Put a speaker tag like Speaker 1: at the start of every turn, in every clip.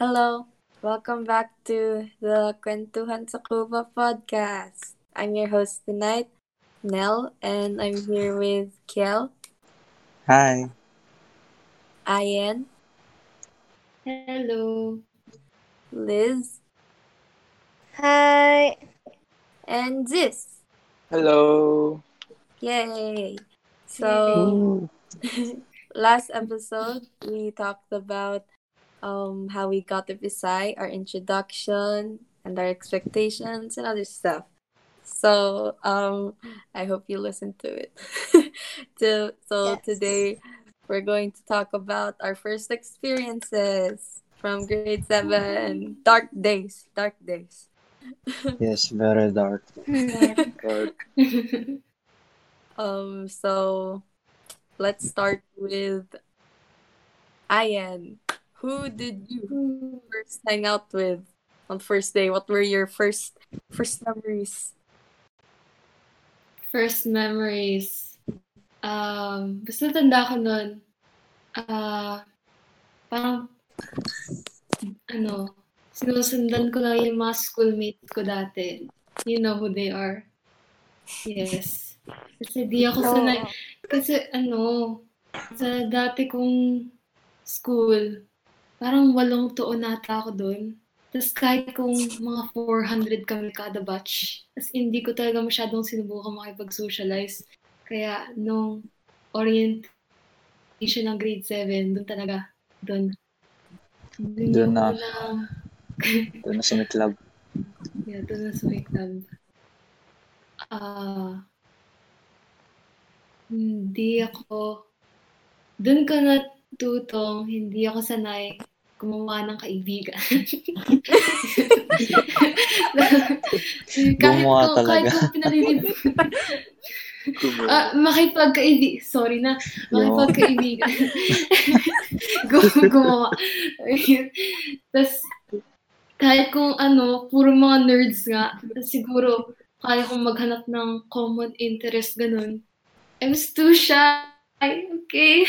Speaker 1: Hello, welcome back to the Kwentuhan sa Cuba podcast. I'm your host tonight, Nell, and I'm here with Kiel,
Speaker 2: Hi.
Speaker 1: Ayen,
Speaker 3: Hello.
Speaker 1: Liz,
Speaker 4: Hi.
Speaker 1: and Ziz.
Speaker 2: Hello.
Speaker 1: Yay! So, last episode, we talked about um, how we got to Visay, our introduction, and our expectations, and other stuff. So um, I hope you listened to it. to, so
Speaker 4: Yes.
Speaker 1: today we're going to talk about our first experiences from grade seven. Dark days, dark days.
Speaker 2: Yes, very dark.
Speaker 1: Um, so let's start with Ian. Who did you first hang out with on first day? What were your first first memories?
Speaker 3: First memories. Um, basta tanda ko nun, ah, parang, ano, sinusundan ko lang yung mga schoolmates ko dati. You know who they are. Yes. Kasi di ako sanay. Kasi ano, sa dati kong school, parang walong taon nata ako doon. Tapos kahit kung mga 400 kami kada batch, as in, hindi ko talaga masyadong sinubukan makipag-socialize. Kaya nung orientation ng grade 7, doon talaga, doon.
Speaker 2: Doon na.
Speaker 3: na.
Speaker 2: Doon na sumiklab.
Speaker 3: Yeah, doon na sumiklab. Ah. hindi ako... Doon ko natutong hindi ako sanay gumawa ng kaibigan. kahit
Speaker 2: Gumawa
Speaker 3: ko, kahit
Speaker 2: talaga.
Speaker 3: ko pinalilib... Ah, makipagkaibigan. Sorry na. Makipagkaibigan. Gu- gumawa. Tapos, kahit kung ano, puro mga nerds nga, siguro, kaya kong maghanap ng common interest, ganun. I was too shy. Okay.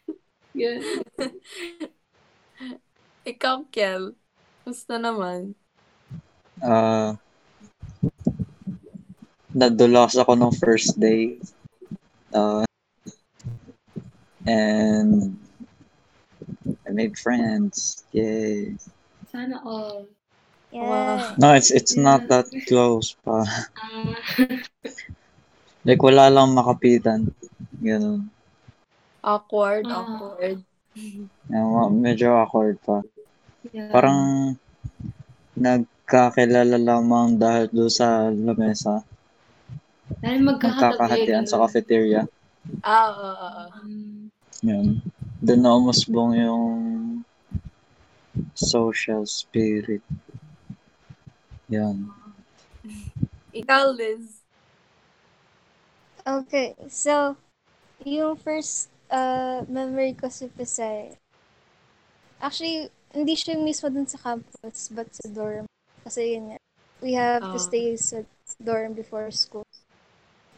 Speaker 3: Yun.
Speaker 1: Ikaw, Kel. Gusto naman.
Speaker 2: Ah. nadulas ako nung first day. Ah. and I made friends. Yay.
Speaker 3: Sana all.
Speaker 4: Yeah.
Speaker 2: No, it's it's not that close pa.
Speaker 3: Ah,
Speaker 2: Like wala lang makapitan. Ganun.
Speaker 1: Awkward,
Speaker 3: Ah.
Speaker 1: awkward.
Speaker 2: Ah, wa- Medyo awkward pa.
Speaker 3: yeah.
Speaker 2: Parang nagkakilala lamang dahil doon sa lamesa.
Speaker 3: Dahil
Speaker 2: Nagkakahatian
Speaker 3: magkakatabi.
Speaker 2: sa cafeteria.
Speaker 1: Ah, oo, oo, oo.
Speaker 3: Um,
Speaker 2: Yun. Doon na umusbong yung social spirit. Yan.
Speaker 1: Ikaw, Liz.
Speaker 4: Okay. So, yung first uh, memory ko sa Pasay, actually, hindi siya yung mismo dun sa campus, but sa dorm. Kasi yun nga, we have to
Speaker 1: Ah.
Speaker 4: stay sa dorm before school.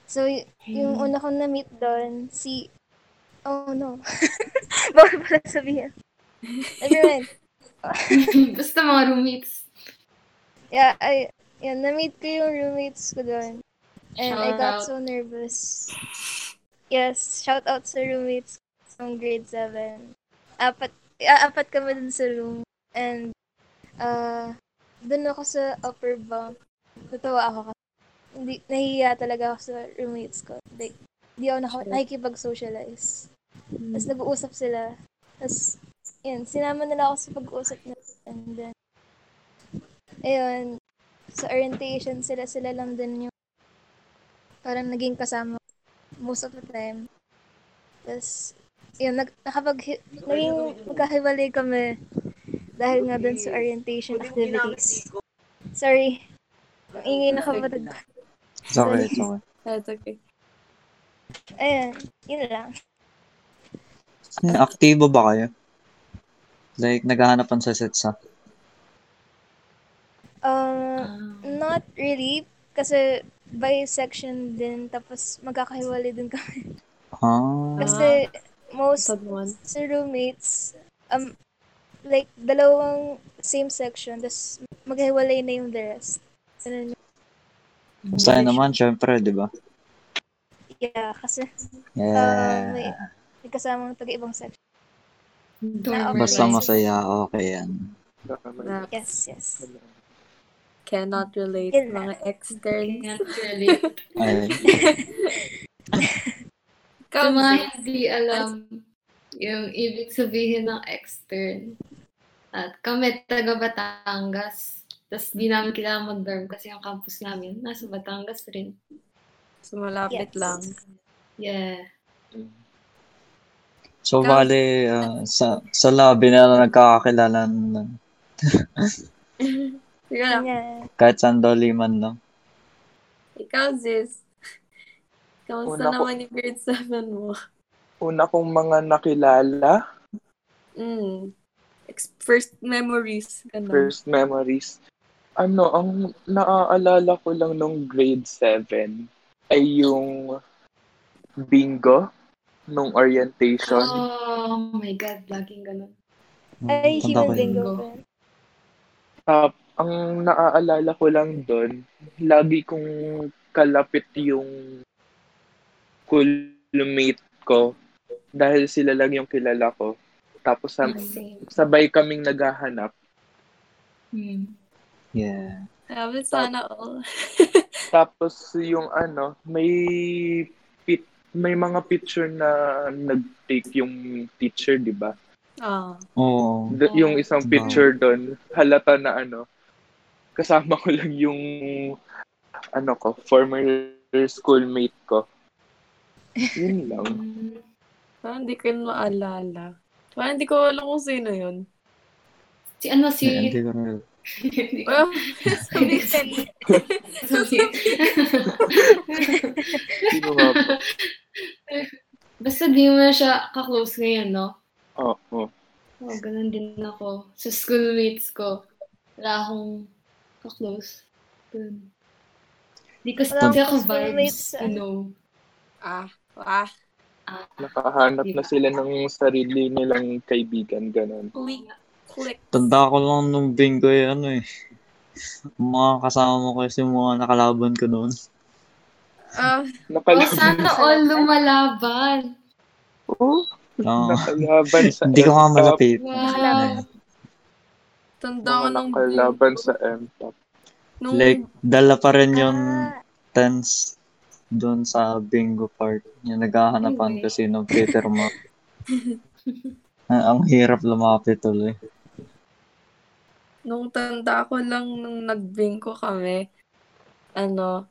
Speaker 4: So, y- yung una kong na-meet doon, si... Oh, no. Bawal pala sabihin. Never mind.
Speaker 3: Basta mga roommates.
Speaker 4: Yeah, I, yeah, na-meet ko yung roommates ko doon. And I
Speaker 3: Shout
Speaker 4: got
Speaker 3: out.
Speaker 4: so nervous. Yes, shout out sa roommates ng grade 7. Apat, ah, apat kami dun sa room. And, uh, dun ako sa upper bunk. Natuwa ako kasi. Hindi, nahihiya talaga ako sa roommates ko. Like, hindi ako naka-
Speaker 1: Sure.
Speaker 4: nakikipag-socialize. Tapos nag-uusap sila. Tapos, yun, sinama nila ako sa pag-uusap na. And then, ayun, sa orientation, sila-sila lang din yung parang naging kasama ko most of the time. Tapos, yun, nag, nakapag, naging magkahiwalay kami dahil nga dun sa orientation activities. Sorry. Ang ingay na kapatid ko.
Speaker 2: It's okay, it's okay.
Speaker 1: That's okay.
Speaker 4: Ayun, yun lang.
Speaker 2: Hmm, Aktibo ba kayo? Like, naghahanap ang sasetsa.
Speaker 4: Um,
Speaker 3: Ah.
Speaker 4: Not really. Kasi by section din. Tapos magkakahiwalay din kami.
Speaker 2: Ah,
Speaker 4: Kasi most
Speaker 1: Sad one.
Speaker 4: sa roommates, um, like dalawang same section, tapos maghiwalay na yung the rest. Ganun yung-
Speaker 2: Masaya naman, syempre, di ba?
Speaker 4: yeah, kasi ah, may,
Speaker 2: Yeah.
Speaker 4: may kasamang taga-ibang section.
Speaker 3: Dorm
Speaker 2: Basta
Speaker 3: life.
Speaker 2: masaya, okay yan.
Speaker 1: na
Speaker 4: Yes, yes.
Speaker 1: cannot relate
Speaker 4: Yun na.
Speaker 1: mga externs.
Speaker 3: Cannot relate.
Speaker 2: Ay,
Speaker 1: Ikaw,
Speaker 3: Sa mga
Speaker 1: Zay,
Speaker 3: hindi alam yung ibig sabihin ng extern. At kami taga Batangas. Tapos di namin kailangan mag-dorm kasi yung campus namin nasa Batangas rin.
Speaker 1: sumalapit
Speaker 4: Yes.
Speaker 1: lang.
Speaker 3: Yeah.
Speaker 2: so, bali, ah, sa, sa lobby na lang nagkakakilala ng
Speaker 1: Sige lang.
Speaker 4: Yeah.
Speaker 2: kahit saan daw liman lang.
Speaker 1: Ikaw, Ziz. Kamusta
Speaker 5: Una ko-
Speaker 1: naman yung grade 7 mo?
Speaker 5: Una kong mga nakilala,
Speaker 1: Mm. Ex- First memories. Ano?
Speaker 5: first memories. Ano, ang naaalala ko lang nung grade 7 ay yung bingo nung orientation.
Speaker 3: Oh my God, laging ganun.
Speaker 4: Ay,
Speaker 2: Punta ko yun.
Speaker 4: human bingo.
Speaker 3: Bingo.
Speaker 4: pa.
Speaker 5: Tap, ang naaalala ko lang doon, lagi kong kalapit yung schoolmate ko dahil sila lang yung kilala ko. Tapos sam-
Speaker 3: Same.
Speaker 5: sabay kaming naghahanap.
Speaker 3: Hmm.
Speaker 2: Yeah.
Speaker 1: Sabi sana all.
Speaker 5: Tapos yung ano, may pit, may mga picture na nag-take yung teacher, di ba?
Speaker 1: Oh.
Speaker 2: Oo.
Speaker 5: D- yung isang
Speaker 2: Wow.
Speaker 5: picture doon, halata na ano, kasama ko lang yung ano ko, former schoolmate ko. Yun lang.
Speaker 3: Hmm.
Speaker 1: Parang hindi ko yun maalala. Parang hindi ko alam kung sino yun.
Speaker 3: Si ano si...
Speaker 2: Yeah, hindi ko rin.
Speaker 3: Hindi ko
Speaker 1: Well, sabi ko yun.
Speaker 3: sabihin.
Speaker 5: Sino nga ba?
Speaker 3: Basta di mo na siya kaklose ngayon, no?
Speaker 5: Oo.
Speaker 3: Oh, ganun din ako. Sa schoolmates ko, wala akong kaklose. Ganun. Hindi ko
Speaker 4: Wala
Speaker 3: hindi ako
Speaker 4: akong schoolmates,
Speaker 3: vibes, you
Speaker 4: ano.
Speaker 3: know.
Speaker 1: Ah, ah.
Speaker 3: Ah,
Speaker 5: Nakahanap na sila ng sarili nilang kaibigan, ganun.
Speaker 1: Click. Click.
Speaker 2: Tanda ko lang nung bingo eh, ano eh. Mga kasama mo kasi yung mga nakalaban ko noon.
Speaker 1: Ah,
Speaker 3: oh,
Speaker 5: Nakalaban.
Speaker 3: sana all lumalaban.
Speaker 5: Oh,
Speaker 2: Oo.
Speaker 5: nakalaban sa
Speaker 2: Hindi ko nga
Speaker 5: M-Top.
Speaker 2: malapit.
Speaker 3: Wow.
Speaker 1: tanda ko
Speaker 5: Mga
Speaker 1: nung...
Speaker 5: nakalaban sa M-Top.
Speaker 1: Nung,
Speaker 2: Like, dala pa rin yung
Speaker 4: Ah,
Speaker 2: tens doon sa bingo part. Yung naghahanapan
Speaker 3: Hindi.
Speaker 2: kasi ng Peter Mark. ang hirap lumapit tuloy.
Speaker 1: nung tanda ko lang nung nagbingko kami, ano,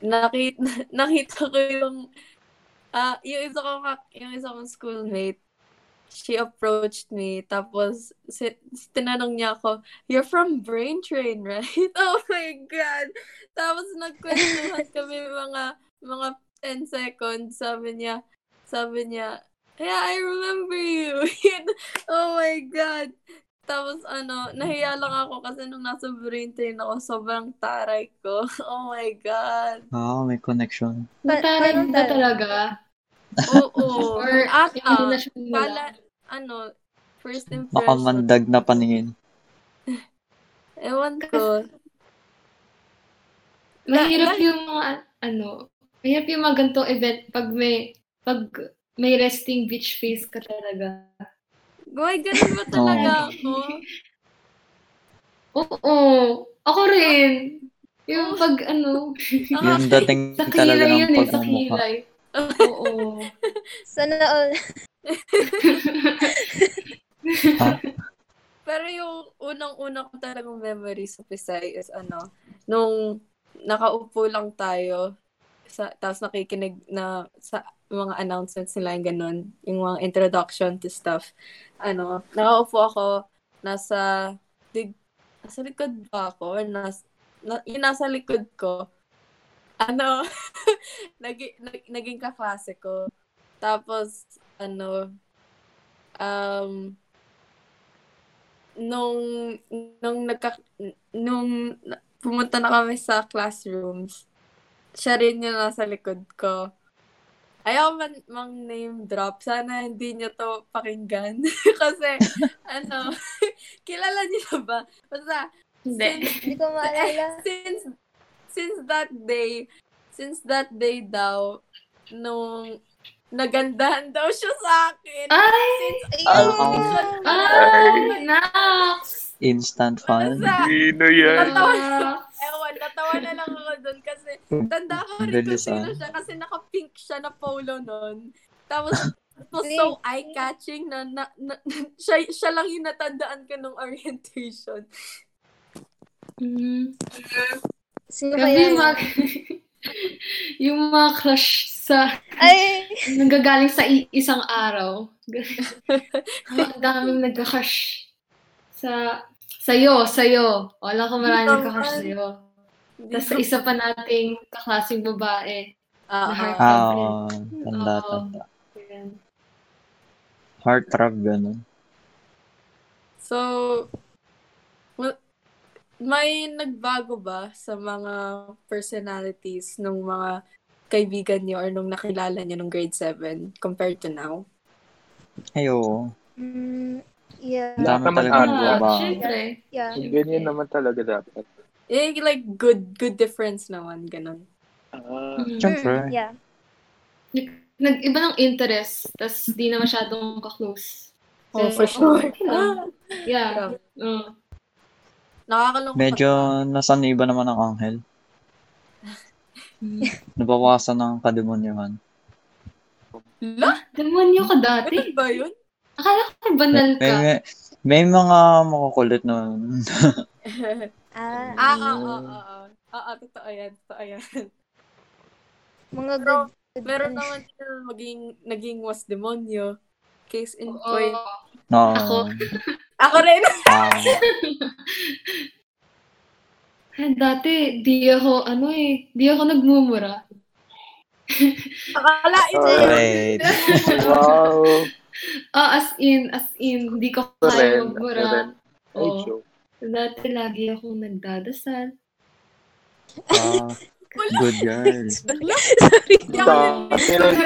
Speaker 1: nakita, nakita ko yung, ah, yung isa ko, yung isa kong schoolmate, she approached me, tapos, si, tinanong niya ako, you're from Brain Train, right? Oh my God! Tapos, nagkwentuhan kami mga, mga 10 seconds, sabi niya, sabi niya, yeah, I remember you! oh my God! Tapos ano, nahiya lang ako kasi nung nasa brain train ako, sobrang taray ko. Oh my God.
Speaker 2: Ah, may connection.
Speaker 4: Pa- parang
Speaker 3: Natarin ba
Speaker 4: tal-
Speaker 3: talaga?
Speaker 1: Oo.
Speaker 3: Or
Speaker 1: ata,
Speaker 3: imagination mo
Speaker 1: pala,
Speaker 3: lang?
Speaker 1: ano, first
Speaker 2: Baka
Speaker 1: impression.
Speaker 2: mandag na paningin.
Speaker 1: Ewan ko.
Speaker 3: Mahirap yung mga, ano, mahirap yung mga ganitong event pag may, pag may resting beach face ka talaga.
Speaker 1: Guy,
Speaker 2: Oh
Speaker 1: ganun ba talaga
Speaker 2: Oo.
Speaker 1: ako?
Speaker 3: Oo. Ako rin.
Speaker 1: Oh.
Speaker 3: Yung pag, ano,
Speaker 1: Ang
Speaker 2: Yung dating
Speaker 3: Sa
Speaker 2: talaga
Speaker 3: kilay
Speaker 2: ng
Speaker 3: yun eh, sa
Speaker 2: pagmumukha.
Speaker 3: kilay. Oo.
Speaker 4: Sana all.
Speaker 1: Pero yung unang-una ko talagang memory sa Pisay is ano, nung nakaupo lang tayo, sa, tapos nakikinig na sa mga announcements nila yung ganun, yung mga introduction to stuff. Ano, nakaupo ako, nasa, dig, nasa likod ba ako? Or Nas, na, yung nasa likod ko, ano, naging, naging kaklase ko. Tapos, ano, um, nung nung nagka, nung pumunta na kami sa classrooms, siya rin yung nasa likod ko. Ayaw man mang name drop. Sana hindi niyo to pakinggan. Kasi, ano, kilala niyo na ba? Basta,
Speaker 3: Hindi.
Speaker 4: Hindi ko maalala.
Speaker 1: since since that day, since that day daw, nung nagandahan daw siya sa akin.
Speaker 3: Ay!
Speaker 2: Ah,
Speaker 4: Ayun!
Speaker 3: Ay! Nax!
Speaker 2: Instant fun.
Speaker 1: Basta,
Speaker 5: Sino yan?
Speaker 3: Nax!
Speaker 1: Ewan, natawa na lang ako doon kasi tanda ko rin kung
Speaker 2: Bilis,
Speaker 1: sino
Speaker 2: ah.
Speaker 1: siya kasi naka-pink siya na polo noon. Tapos, it was so eye-catching na, na, na siya, siya lang yung natandaan ko nung orientation.
Speaker 3: Mm.
Speaker 4: Sino ba
Speaker 3: Grabe yung
Speaker 4: yan?
Speaker 3: mga, yung mga crush sa,
Speaker 4: Ay!
Speaker 3: nanggagaling sa i- isang araw. Ang daming nagka-crush sa, sa'yo, sa'yo. Wala ko maraming
Speaker 1: Naman.
Speaker 3: nagka-crush sa'yo.
Speaker 1: Hindi
Speaker 3: Tapos
Speaker 1: ko-
Speaker 3: sa isa pa nating kaklaseng babae.
Speaker 1: Ah,
Speaker 3: na-
Speaker 1: ah.
Speaker 2: Ah, oo. Tanda,
Speaker 3: Oo.
Speaker 2: tanda.
Speaker 3: Ayan.
Speaker 2: Heart trap, ganun.
Speaker 1: So, well, may nagbago ba sa mga personalities nung mga kaibigan niyo or nung nakilala niyo nung grade 7 compared to now?
Speaker 2: Ay, oo.
Speaker 4: Mm, yeah.
Speaker 2: Ang dami
Speaker 5: Tama
Speaker 2: talaga
Speaker 5: na.
Speaker 2: ng
Speaker 3: Ah,
Speaker 2: ba?
Speaker 3: syempre.
Speaker 4: Yeah.
Speaker 5: Ganyan naman talaga dapat.
Speaker 1: Eh, like, good good difference naman, ganun.
Speaker 5: Ah,
Speaker 3: Mm.
Speaker 2: Syempre.
Speaker 4: Mm, yeah.
Speaker 3: Nag-iba ng interest, tapos di na masyadong kaklose.
Speaker 1: Oh,
Speaker 3: Kasi-
Speaker 1: for sure.
Speaker 3: Ah, yeah.
Speaker 1: Grabe.
Speaker 3: Mm.
Speaker 1: Nakakalungkot.
Speaker 2: Medyo nasaniba naman ang anghel. Nabawasan ng kademonyohan.
Speaker 1: La?
Speaker 3: Demonyo ka dati.
Speaker 1: Ano ba yun?
Speaker 3: Akala ko banal
Speaker 2: May,
Speaker 3: ka.
Speaker 2: may, may mga makukulit noon.
Speaker 1: ah,
Speaker 4: Ah,
Speaker 1: ah, ah, ah, ah. Ah, ah, totoo yan, totoo yan.
Speaker 4: mga
Speaker 1: Pero,
Speaker 4: good. good
Speaker 1: Meron
Speaker 4: ano.
Speaker 1: naman sila maging, naging was demonyo. Case in
Speaker 3: Oo.
Speaker 1: point.
Speaker 2: No.
Speaker 3: Ako.
Speaker 1: Ako rin!
Speaker 2: Ah,
Speaker 3: Eh, dati, di ako, ano eh, di ako nagmumura.
Speaker 1: Akalain na yun.
Speaker 2: wait.
Speaker 5: wow.
Speaker 3: Ah, as in, as in, di ko
Speaker 5: Ako rin,
Speaker 3: kaya
Speaker 5: ako
Speaker 3: magmura.
Speaker 5: rin. Ay,
Speaker 3: Oo.
Speaker 5: joke.
Speaker 3: Dati lagi akong nagdadasal.
Speaker 2: Ah, good girl.
Speaker 5: Dati rin.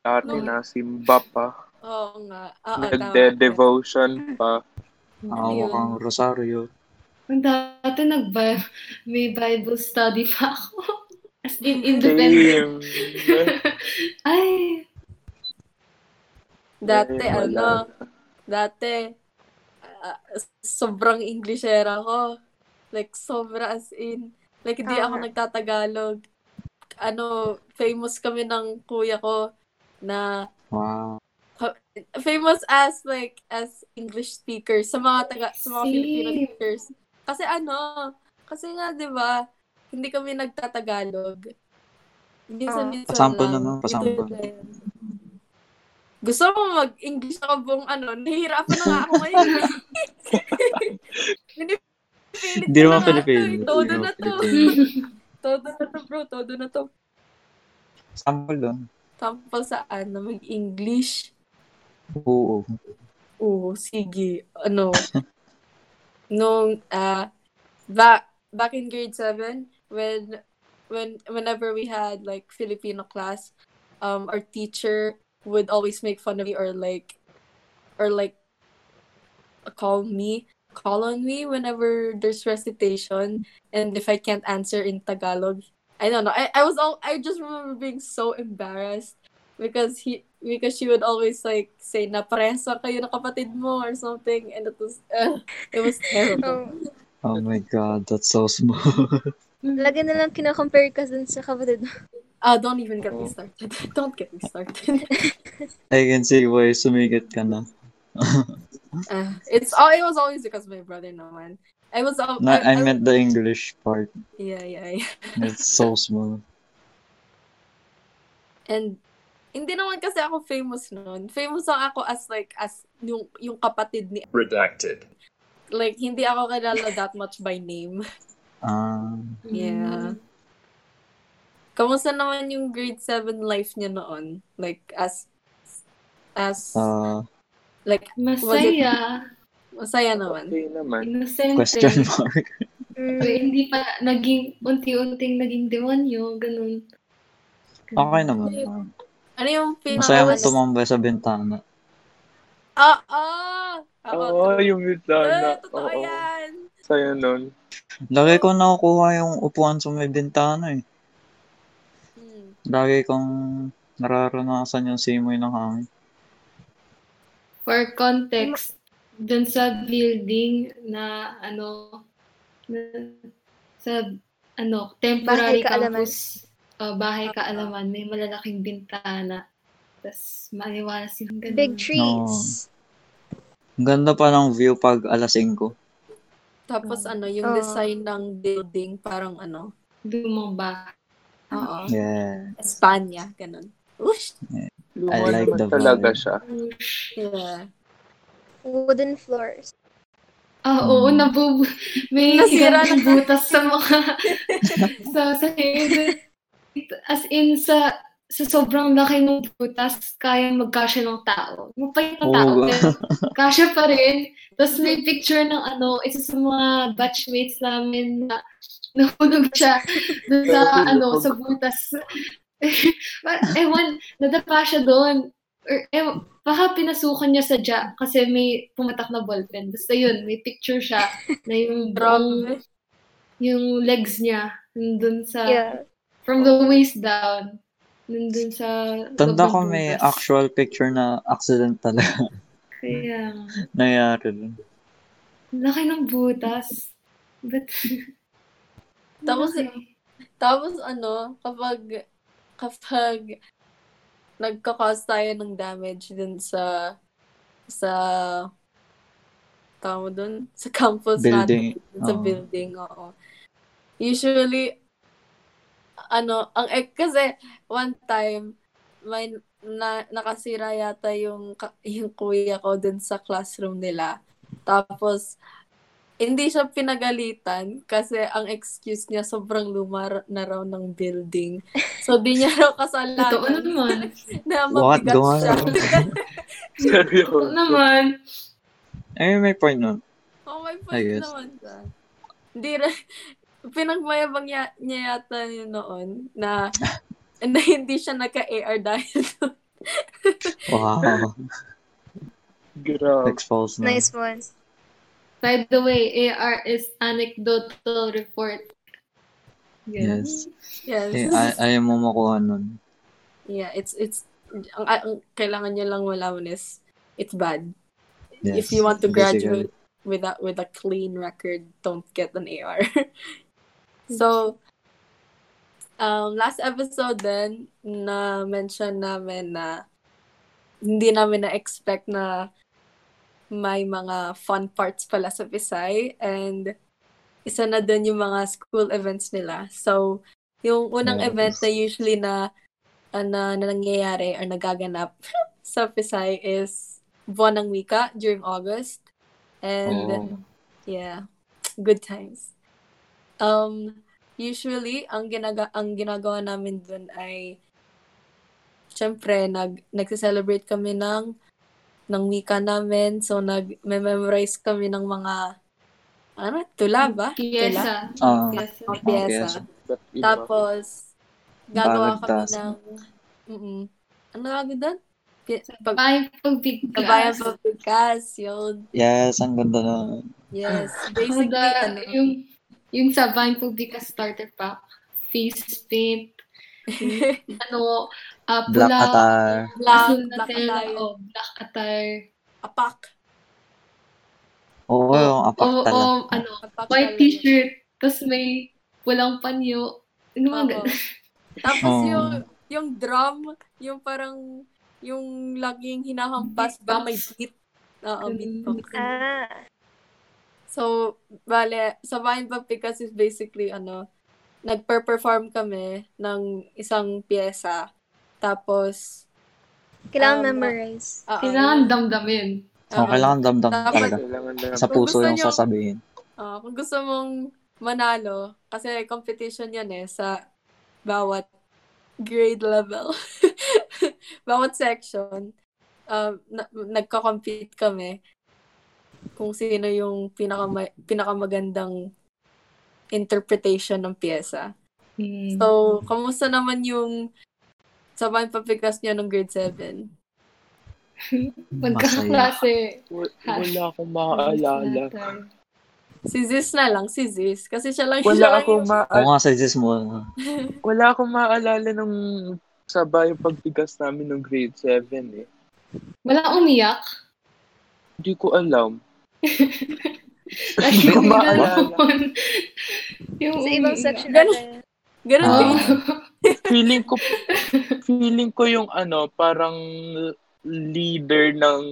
Speaker 5: Dati
Speaker 1: No.
Speaker 5: na simba pa.
Speaker 1: Oo nga. Oo, tama.
Speaker 5: Nagde-devotion pa.
Speaker 2: Ah, mukhang Rosario.
Speaker 3: Ang dati nag may Bible study pa ako. As in, independent.
Speaker 5: Same.
Speaker 3: Ay,
Speaker 1: Dati,
Speaker 5: Ay, wala.
Speaker 1: ano, dati, ah, sobrang Englishera ko. Like, sobra as in. Like, hindi ako
Speaker 4: Ah.
Speaker 1: nagtatagalog. Ano, famous kami ng kuya ko na
Speaker 2: Wow.
Speaker 1: famous as like as English speakers sa mga taga sa mga
Speaker 3: Same.
Speaker 1: Filipino speakers. Kasi ano, kasi nga 'di ba, hindi kami nagtatagalog. Minsan-minsan
Speaker 2: Pasample
Speaker 1: lang.
Speaker 2: naman, pasample.
Speaker 1: Ito na yan. Gusto mo mag-English ako buong ano, nahihirapan na nga ako ngayon. Pinipilit
Speaker 2: Hindi
Speaker 1: ko na
Speaker 2: naman
Speaker 1: nga
Speaker 2: Pilipino.
Speaker 1: to eh.
Speaker 2: Hindi
Speaker 1: Todo
Speaker 2: naman
Speaker 1: na to.
Speaker 2: Pilipino.
Speaker 1: Todo na to bro, todo na to.
Speaker 2: Sample doon.
Speaker 1: Sample saan na mag-English.
Speaker 2: Oo.
Speaker 1: Oo, sige. Ano, nung, ah, ba back in grade 7, when, when, whenever we had, like, Filipino class, um, our teacher would always make fun of me or, like, or, like, call me, call on me whenever there's recitation. And if I can't answer in Tagalog, I don't know. I, I was all, I just remember being so embarrassed because he because she would always like say na presa kayo ng kapatid mo or something and it was ugh, it was terrible.
Speaker 2: Oh
Speaker 4: Oh,
Speaker 2: my God, that's so small.
Speaker 4: lagi na lang kinakompare ka dun sa kapatid mo.
Speaker 1: Ah, don't even
Speaker 2: Oh.
Speaker 1: get me started. Don't get me started.
Speaker 2: I can see why sumigat ka na.
Speaker 1: Ah, it's all it was always because of my brother naman. I was all
Speaker 2: Na, I meant the English part.
Speaker 1: yeah, yeah, yeah.
Speaker 2: It's so small.
Speaker 1: And hindi naman kasi ako famous noon. Famous lang ako as like as yung yung kapatid ni
Speaker 6: Redacted.
Speaker 1: like hindi ako kilala that much by name.
Speaker 2: Ah,
Speaker 1: Yeah. Kamusta naman yung grade 7 life niya noon? Like as as
Speaker 2: ah,
Speaker 1: like
Speaker 3: Masaya.
Speaker 1: Masaya naman.
Speaker 5: Okay naman.
Speaker 3: Innocent.
Speaker 2: question mark.
Speaker 4: Mm.
Speaker 3: Pero hindi pa naging, unti-unting naging demonyo, ganun.
Speaker 2: Okay naman.
Speaker 1: Ano yung pinaka...
Speaker 2: Masaya mo tumambay sa bintana.
Speaker 1: Ah, ah! Ako,
Speaker 5: Oo,
Speaker 1: true.
Speaker 5: Oh, yung
Speaker 1: Ah,
Speaker 5: bintana.
Speaker 1: totoo
Speaker 5: Oo,
Speaker 1: yan.
Speaker 5: sa'yo nun.
Speaker 2: Lagi ko nakukuha yung upuan sa may bintana eh.
Speaker 1: Hmm.
Speaker 2: Lagi kong nararanasan yung simoy ng hangin.
Speaker 3: For context, dun sa building na ano, na, sa ano,
Speaker 4: Bahay
Speaker 3: temporary
Speaker 4: Kaalaman.
Speaker 3: campus, oh, bahay kaalaman, may malalaking bintana. Tapos maliwalas yung ganun.
Speaker 4: Big trees.
Speaker 2: Ang ganda pa ng view pag alas 5.
Speaker 1: Tapos ano, yung
Speaker 4: Oo.
Speaker 1: design ng building, parang ano,
Speaker 3: Dumaba.
Speaker 1: oo,
Speaker 2: Yeah.
Speaker 1: Espanya, ganun. Ush!
Speaker 2: I
Speaker 5: Luma
Speaker 2: like
Speaker 5: naman
Speaker 2: the
Speaker 5: talaga
Speaker 2: vibe.
Speaker 5: siya.
Speaker 1: Yeah.
Speaker 4: Wooden floors.
Speaker 3: Ah, oo, nabubu... May
Speaker 1: Nasira
Speaker 3: ng butas sa mukha. so, sa head. As in, sa, sa sobrang laki ng butas, kaya magkasya ng tao. Mapait na tao,
Speaker 2: Oo.
Speaker 3: pero kasya pa rin. Tapos may picture ng ano, isa sa mga batchmates namin na nahulog siya doon sa, ano, sa butas. Par- ewan, nadapa siya doon. Or, ewan, baka pinasukan niya sadya kasi may pumatak na ballpen. Basta yun, may picture siya na yung buong,
Speaker 1: Grabe.
Speaker 3: yung legs niya nandun
Speaker 1: Ah.
Speaker 3: sa,
Speaker 4: Yeah.
Speaker 3: from the waist down. Nandun sa...
Speaker 2: Tanda
Speaker 3: loob
Speaker 2: ko
Speaker 3: ng
Speaker 2: may
Speaker 3: butas.
Speaker 2: actual picture na accident talaga
Speaker 3: Kaya,
Speaker 2: nangyari dun.
Speaker 3: laki ng butas. But, Ano?
Speaker 1: Tapos,
Speaker 3: laki.
Speaker 1: Tapos ano, kapag, kapag nagka-cause tayo ng damage dun sa, sa, tama dun, sa campus
Speaker 2: Building.
Speaker 1: natin, dun sa
Speaker 2: Oo.
Speaker 1: building, oo. Usually, ano, ang, eh, kasi, one time, may, na, nakasira yata yung, ka- yung kuya ko dun sa classroom nila. Tapos, hindi siya pinagalitan kasi ang excuse niya sobrang luma na raw ng building. So, di niya raw
Speaker 3: Totoo
Speaker 1: kasalanan
Speaker 3: naman.
Speaker 1: na
Speaker 2: What?
Speaker 1: mabigat
Speaker 2: Gawa
Speaker 1: siya.
Speaker 3: Totoo
Speaker 5: Seryoso.
Speaker 3: naman.
Speaker 2: Eh, may point nun.
Speaker 1: oh my
Speaker 2: I
Speaker 1: point
Speaker 2: guess.
Speaker 1: naman siya. Hindi ra pinagmayabang ya- niya yata yun noon na, na hindi siya naka-AR dahil doon.
Speaker 2: Wow.
Speaker 5: Grabe.
Speaker 2: Exposed na.
Speaker 4: Nice one.
Speaker 3: By the way, AR is anecdotal report. Ganun.
Speaker 2: Yes.
Speaker 1: Yes.
Speaker 2: Eh, ay- ayaw mo makuha nun.
Speaker 1: Yeah, it's, it's, ang, ang kailangan niya lang malaman is, it's bad.
Speaker 2: Yes.
Speaker 1: if you want to
Speaker 2: basically.
Speaker 1: graduate with a, with a clean record, don't get an AR. so, um, last episode then, na mention namin na hindi namin na-expect na may mga fun parts pala sa Pisay and isa na dun yung mga school events nila. So, yung unang
Speaker 2: Yes.
Speaker 1: event na usually na, ah, na, na nangyayari or nagaganap sa Pisay is buwan ng wika during August. And
Speaker 2: Oo.
Speaker 1: yeah, good times. Um, usually, ang, ginaga ang ginagawa namin dun ay syempre, nag nagse-celebrate kami ng ng wika namin. So, nag-memorize kami ng mga ano, tula ba? Tula?
Speaker 3: Piyesa.
Speaker 2: Ah.
Speaker 3: Piyesa.
Speaker 1: Mga
Speaker 2: Mga
Speaker 1: pyesa.
Speaker 2: pyesa.
Speaker 1: Tapos, gagawa kami
Speaker 2: Balagtas.
Speaker 1: ng mm ano tawag doon? Pi- Pag,
Speaker 3: Ay, pagbigkas.
Speaker 1: kabayan pagpigkas, yun.
Speaker 2: Yes, ang ganda na.
Speaker 1: Yes,
Speaker 3: Ang
Speaker 1: basically,
Speaker 3: da-
Speaker 1: ano,
Speaker 3: yung, yung sa Vine Pagbigkas starter pack, face paint, ano, ah, pula,
Speaker 2: Black attire.
Speaker 1: black,
Speaker 3: azul na
Speaker 1: black
Speaker 3: tela,
Speaker 1: attire,
Speaker 3: oh, black attire.
Speaker 1: apak.
Speaker 2: Oo, yung apak
Speaker 3: Oo,
Speaker 2: talaga.
Speaker 3: oo, ano,
Speaker 1: apak
Speaker 3: white
Speaker 1: talaga.
Speaker 3: t-shirt, tapos may pulang panyo. Ano mga
Speaker 1: Oo.
Speaker 3: ganun?
Speaker 1: Tapos
Speaker 2: Oo.
Speaker 1: yung, yung drum, yung parang, yung laging hinahampas ba may beat. Oo, beatbox.
Speaker 4: Ah.
Speaker 1: So, bale, sa Vine Papikas is basically, ano, nagper-perform kami ng isang pyesa. Tapos,
Speaker 4: Kailangan
Speaker 1: Um,
Speaker 4: memorize.
Speaker 1: oo,
Speaker 3: Kailangan damdamin.
Speaker 2: So,
Speaker 1: oo.
Speaker 2: Oh, kailangan damdam
Speaker 1: Dapat-
Speaker 2: talaga.
Speaker 5: Kailangan na.
Speaker 2: Sa puso
Speaker 1: Gusto
Speaker 2: yung
Speaker 1: niyo-
Speaker 2: sasabihin.
Speaker 1: Ah, kung gusto mong manalo, kasi competition yan eh, sa bawat grade level, bawat section, uh, na- nagka-compete kami kung sino yung pinakama- pinakamagandang interpretation ng pyesa. Hmm.
Speaker 3: Mm.
Speaker 1: So, kamusta naman yung sabay papigas niya nung grade 7?
Speaker 3: Magkakaklase.
Speaker 5: Wa- Wala akong maaalala.
Speaker 1: Si Ziz na lang, si Ziz. Kasi siya lang
Speaker 5: Wala
Speaker 1: siya lang
Speaker 5: akong
Speaker 1: yung-
Speaker 2: Oo
Speaker 5: maa-
Speaker 2: nga, suggest mo.
Speaker 5: wala akong maaalala nung sabay yung pagbigas namin nung grade 7 eh.
Speaker 3: Wala umiyak.
Speaker 5: Hindi ko alam.
Speaker 3: Lagi
Speaker 5: ko
Speaker 3: yung
Speaker 5: maalala.
Speaker 3: ganun. yung
Speaker 4: Sa ibang
Speaker 3: umiiyak.
Speaker 4: section
Speaker 1: mm-hmm. Ganun. Ganun
Speaker 4: ata.
Speaker 2: Ah.
Speaker 1: din.
Speaker 5: feeling ko feeling ko yung ano parang leader ng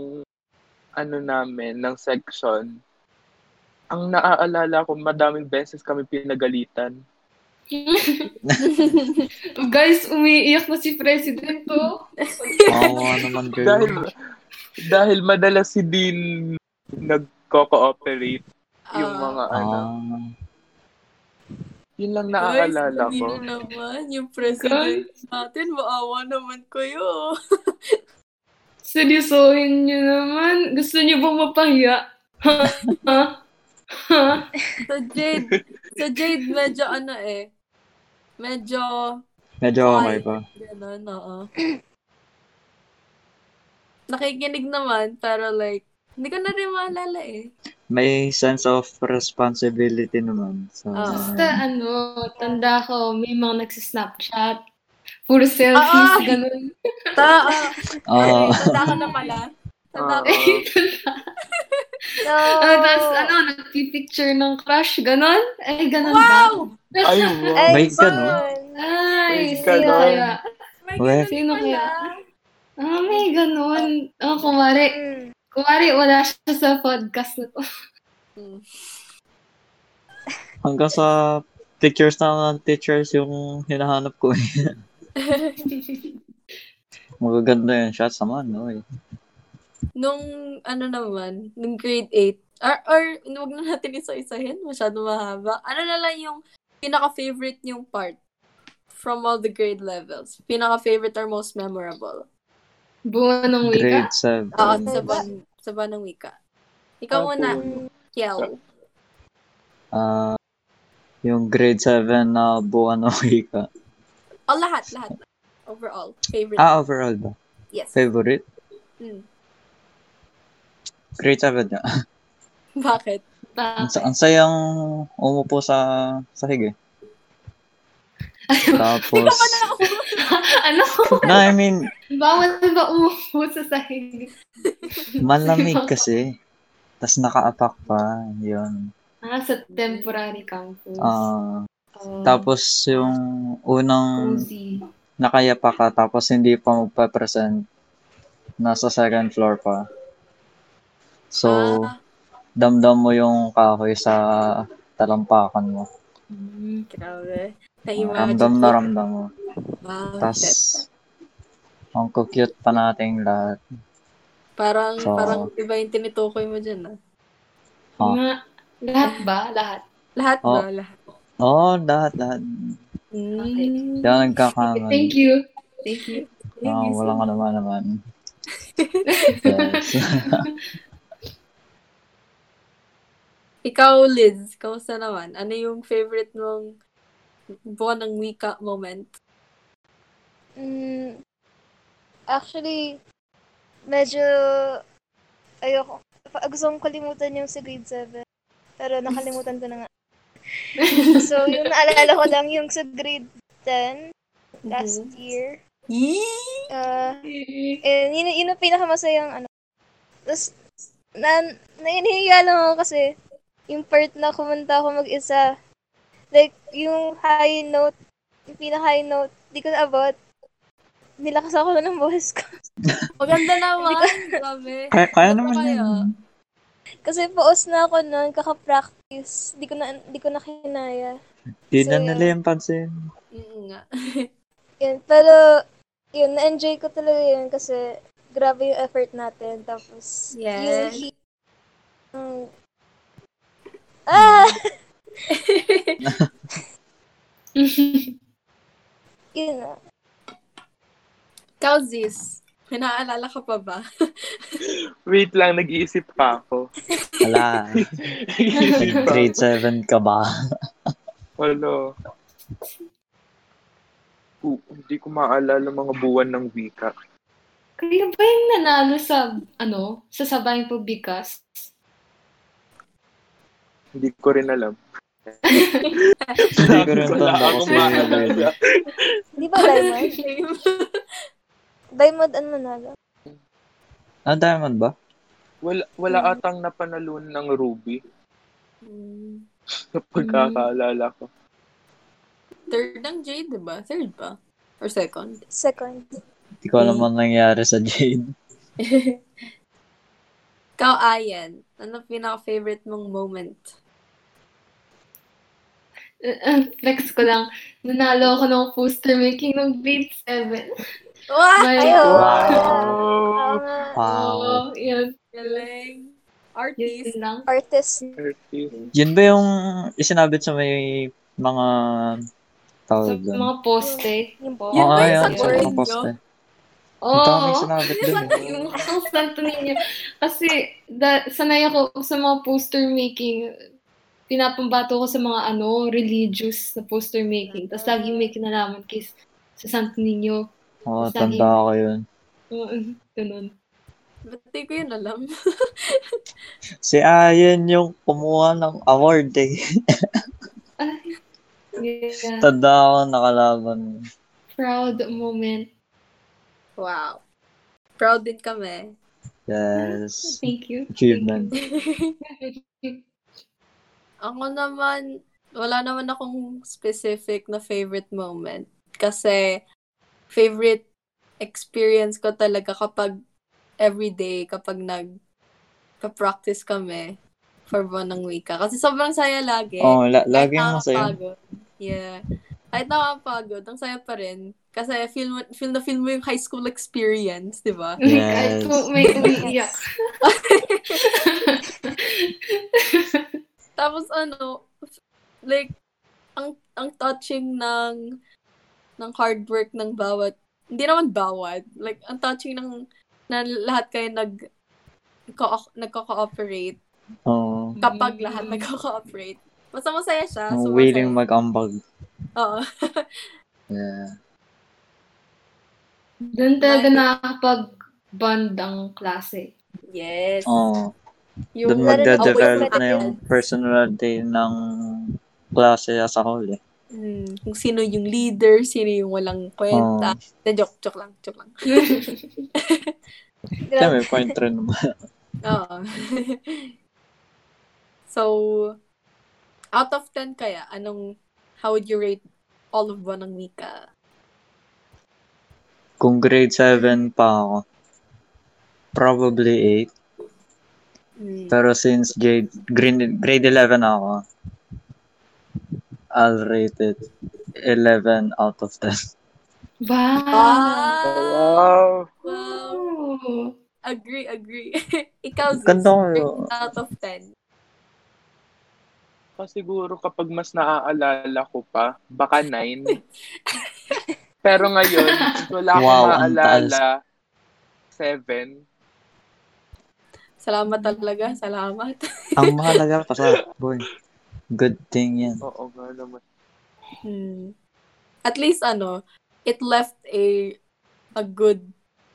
Speaker 5: ano namin ng section ang naaalala ko madaming beses kami pinagalitan
Speaker 3: Guys, umiiyak na si President ko.
Speaker 2: Kawawa naman,
Speaker 5: dahil
Speaker 2: girl.
Speaker 5: dahil madalas si Dean nagko-cooperate yung
Speaker 1: Ah.
Speaker 5: mga ano
Speaker 2: Ah,
Speaker 5: yun lang
Speaker 1: Guys,
Speaker 5: naaalala
Speaker 1: hindi
Speaker 5: ko
Speaker 1: na naman yung president natin. Maawa naman kayo.
Speaker 3: Seryosohin niyo naman. Gusto niyo bang mapahiya? Ha? Ha? Ha?
Speaker 1: Sa Jade, sa Jade medyo ano eh. Medyo
Speaker 2: medyo okay pa.
Speaker 1: ganun, oo. Nakikinig naman, pero like, hindi ko na rin maalala eh.
Speaker 2: May sense of responsibility naman. So,
Speaker 1: Ah.
Speaker 3: Basta ano, tanda ko, may mga nagsisnapchat. Puro selfies,
Speaker 1: Ah!
Speaker 3: ganun.
Speaker 1: Ta,
Speaker 2: ah,
Speaker 1: tanda ka na pala. Tanda
Speaker 5: Ah,
Speaker 1: ka.
Speaker 5: ah.
Speaker 4: No!
Speaker 3: Ah,
Speaker 1: Oh,
Speaker 3: tapos ano, nagpipicture ng crush, ganun. Ay, ganun
Speaker 1: Wow!
Speaker 3: ba?
Speaker 5: ay
Speaker 1: Eh,
Speaker 5: wow.
Speaker 2: May ganun?
Speaker 3: Ay,
Speaker 5: Ay,
Speaker 3: sino
Speaker 5: ganun.
Speaker 3: kaya?
Speaker 1: May
Speaker 2: Weh.
Speaker 1: ganun
Speaker 3: Sino
Speaker 1: pala.
Speaker 3: kaya? Ah, may ganun. Oh, kumari.
Speaker 4: Mm.
Speaker 3: Kumari, wala siya sa podcast na to.
Speaker 1: Hmm.
Speaker 2: hanggang sa pictures na ng teachers yung hinahanap ko. eh. Magaganda yung shots naman, no? Eh.
Speaker 1: Nung ano naman, nung grade 8, or, or huwag na natin isa-isahin, masyado mahaba. Ano na lang yung pinaka-favorite yung part from all the grade levels? Pinaka-favorite or most memorable?
Speaker 3: Buwan ng wika.
Speaker 2: Grade 7.
Speaker 1: Oo, sa ban, sa banang wika. Ikaw
Speaker 5: Ako,
Speaker 1: muna, Kiel.
Speaker 2: Ah, yung grade 7 na buwan ng wika.
Speaker 1: Oh, lahat, lahat. Overall, favorite.
Speaker 2: Ah, overall ba?
Speaker 1: yes.
Speaker 2: Favorite?
Speaker 1: Mm.
Speaker 2: Grade 7 na.
Speaker 1: Bakit?
Speaker 2: Ang,
Speaker 3: Bakit?
Speaker 2: sa- ang sayang umupo sa sahig eh. Tapos,
Speaker 3: ano?
Speaker 2: na I mean,
Speaker 3: Bawal ba umuho sa sahig?
Speaker 2: malamig kasi. Tapos nakaapak pa, yun.
Speaker 3: Ah, sa temporary campus.
Speaker 2: Ah,
Speaker 3: Oh,
Speaker 2: tapos yung unang
Speaker 3: cozy.
Speaker 2: nakayapa ka tapos hindi pa magpa-present nasa second floor pa. So,
Speaker 1: Ah.
Speaker 2: damdam mo yung kahoy sa talampakan mo.
Speaker 3: Mm.
Speaker 1: Grabe.
Speaker 2: Ramdam
Speaker 1: Na-imagine
Speaker 2: na
Speaker 1: ko.
Speaker 2: ramdam mo.
Speaker 1: Wow, shit.
Speaker 2: Tapos, ang cute pa nating lahat.
Speaker 1: Parang,
Speaker 2: So-
Speaker 1: parang iba yung tinitukoy mo dyan, ah.
Speaker 2: Ah.
Speaker 3: Nga, lahat ba? Lahat.
Speaker 1: Lahat
Speaker 2: Oh.
Speaker 1: ba? Lahat.
Speaker 2: Oo, oh, lahat, lahat.
Speaker 1: Mm.
Speaker 2: Hindi ako nagkakamali.
Speaker 3: Thank you. Thank you.
Speaker 1: Thank
Speaker 2: Ah,
Speaker 1: you so
Speaker 2: walang ano man naman. yes.
Speaker 1: Ikaw, Liz, kamusta naman? Ano yung favorite mong buwan ng wika moment?
Speaker 4: Mm, actually, medyo ayoko. pa- Gusto kong kalimutan yung sa grade 7. Pero nakalimutan ko na nga. so, yung naalala ko lang yung sa grade 10 last
Speaker 1: Mhm.
Speaker 4: year.
Speaker 1: Yee!
Speaker 4: Uh, and yun, yun ang pinakamasayang ano. Tapos, na, nainihiya lang ako kasi yung part na kumanta ako mag-isa. Like, yung high note, yung pinaka-high note, di ko naabot. Nilakas ako ng boses ko.
Speaker 1: Maganda naman. Grabe.
Speaker 2: Kaya, kaya
Speaker 1: Ano
Speaker 2: naman
Speaker 1: kaya?
Speaker 2: yan.
Speaker 4: Kasi paos na ako noon, kaka-practice. Di ko na, di ko na kinaya.
Speaker 2: Di na
Speaker 4: So,
Speaker 2: nila yung pansin.
Speaker 1: Mm nga.
Speaker 4: Yun, pero, yun, na-enjoy ko talaga yun kasi grabe yung effort natin. Tapos,
Speaker 1: Yes.
Speaker 4: yung hi- yung- ah! yun na.
Speaker 1: Ikaw, Ziz, may naaalala ka pa ba?
Speaker 5: wait lang nag-iisip pa ako
Speaker 2: Wala.
Speaker 5: nag-iisip pa ako.
Speaker 2: Grade 7 ka ba?
Speaker 5: Wala. Uh, hindi ko maalala mga buwan ng wika.
Speaker 3: Kayo ba yung nanalo sa, ano, sa sabayang pagbigas?
Speaker 5: Hindi ko rin alam.
Speaker 2: Hindi ko rin
Speaker 5: Wala
Speaker 2: tanda
Speaker 5: akong
Speaker 2: kasi
Speaker 5: maalala.
Speaker 4: Di ba
Speaker 1: Ano?
Speaker 4: Diamond? Diamond ano ang nanalo.
Speaker 2: Ah, diamond ba?
Speaker 5: Wala, wala atang napanalun ng Ruby
Speaker 1: Mm.
Speaker 5: sa pagkakaalala ko.
Speaker 1: Third ng Jade, di ba? Third ba? Or second?
Speaker 4: Second.
Speaker 2: Hindi ko alam
Speaker 1: Hmm.
Speaker 2: ang nangyari sa Jade.
Speaker 1: Ikaw, Ayan, ano pinaka-favorite mong moment?
Speaker 3: Uh, uh, Flex ko lang, nanalo ako ng poster making ng grade 7.
Speaker 1: Wow!
Speaker 3: Ay,
Speaker 4: Ayaw. Oo
Speaker 5: Wow!
Speaker 4: nga.
Speaker 2: Wow.
Speaker 3: Oo, Oh, yun.
Speaker 1: Galing.
Speaker 3: Yun din
Speaker 1: Artist.
Speaker 3: lang.
Speaker 4: Artist.
Speaker 5: Artist.
Speaker 2: Yun ba yung isinabit sa may mga
Speaker 3: Sa
Speaker 2: tawag doon?
Speaker 3: mga poste.
Speaker 4: Yung
Speaker 3: Oo,
Speaker 1: Yun
Speaker 2: Oo,
Speaker 1: ba
Speaker 2: nga,
Speaker 1: yung
Speaker 2: yun.
Speaker 1: sa
Speaker 2: Sa
Speaker 1: board
Speaker 2: mga
Speaker 1: nyo?
Speaker 2: poste. Ang daming
Speaker 3: Oo.
Speaker 2: sinabit eh. doon.
Speaker 3: Yung ang santo ninyo. Kasi da, sanay ako sa mga poster making. Pinapambato ko sa mga ano, religious na poster making. Tapos lagi may kinalaman kay s- sa santo ninyo.
Speaker 2: Oo,
Speaker 3: Sa
Speaker 2: tanda ako yun.
Speaker 3: Ganun.
Speaker 1: Ba't di ko yun alam?
Speaker 2: Si Ayan yung kumuha ng award eh.
Speaker 3: Ay, Ah,
Speaker 1: Ah.
Speaker 3: yeah.
Speaker 2: Tanda ako nakalaban.
Speaker 3: Proud moment.
Speaker 1: Wow. Proud din kami.
Speaker 2: Yes.
Speaker 3: Thank you.
Speaker 2: Achievement.
Speaker 1: Ako naman, wala naman akong specific na favorite moment. Kasi, favorite experience ko talaga kapag everyday, kapag nag practice kami for buwan ng wika. Kasi sobrang saya lagi.
Speaker 2: Oo, la-
Speaker 1: Kahit
Speaker 2: Oh, lagi yung masaya.
Speaker 1: nakakapagod. Yeah. Kahit nakakapagod, ang saya pa rin. Kasi feel, mo- feel na feel mo yung high school experience, di ba?
Speaker 3: Oh my God,
Speaker 2: Yes.
Speaker 3: po, may umiiyak.
Speaker 1: Tapos ano, like, ang ang touching ng ng hard work ng bawat, hindi naman bawat, like, ang touching ng na lahat kayo nag ko- nagko-cooperate
Speaker 2: Oo.
Speaker 1: kapag
Speaker 3: Mm.
Speaker 1: lahat nagko-cooperate. Basta masaya siya.
Speaker 2: Ang
Speaker 1: Ah, so
Speaker 2: willing
Speaker 1: masaya.
Speaker 2: mag-ambag.
Speaker 1: Oo.
Speaker 2: Yeah.
Speaker 3: Doon talaga nakakapag-bond ang klase.
Speaker 1: Yes.
Speaker 2: Oo. Doon
Speaker 4: Lalo na
Speaker 2: magde-develop
Speaker 4: away
Speaker 2: na yung personality ng klase as a whole eh.
Speaker 1: Mm, kung sino yung leader, sino yung walang kwenta.
Speaker 2: Oh.
Speaker 1: Na joke, joke lang, joke lang.
Speaker 2: Kaya
Speaker 4: Grabe.
Speaker 2: may point rin naman.
Speaker 1: Oo. so, out of 10 kaya, anong, how would you rate all of Buwan ng Mika?
Speaker 2: Kung grade 7 pa ako, probably 8.
Speaker 1: Mm.
Speaker 2: Pero since grade, grade, grade 11 na ako, I'll rate it 11 out of 10.
Speaker 3: Wow!
Speaker 1: Wow!
Speaker 5: Wow!
Speaker 1: Wow!
Speaker 3: Wow!
Speaker 1: Agree, agree. Ikaw, Ziz,
Speaker 2: Ganda ko yun.
Speaker 1: out of 10.
Speaker 5: Kasi siguro kapag mas naaalala ko pa, baka 9. Pero ngayon, wala akong
Speaker 2: Wow, ang
Speaker 5: maalala. 7.
Speaker 1: Salamat talaga, salamat.
Speaker 2: Ang mahalaga pa sa boy. Good thing yan.
Speaker 5: Oo nga naman.
Speaker 2: Hmm.
Speaker 1: Mm. At least, ano, it left a, a good,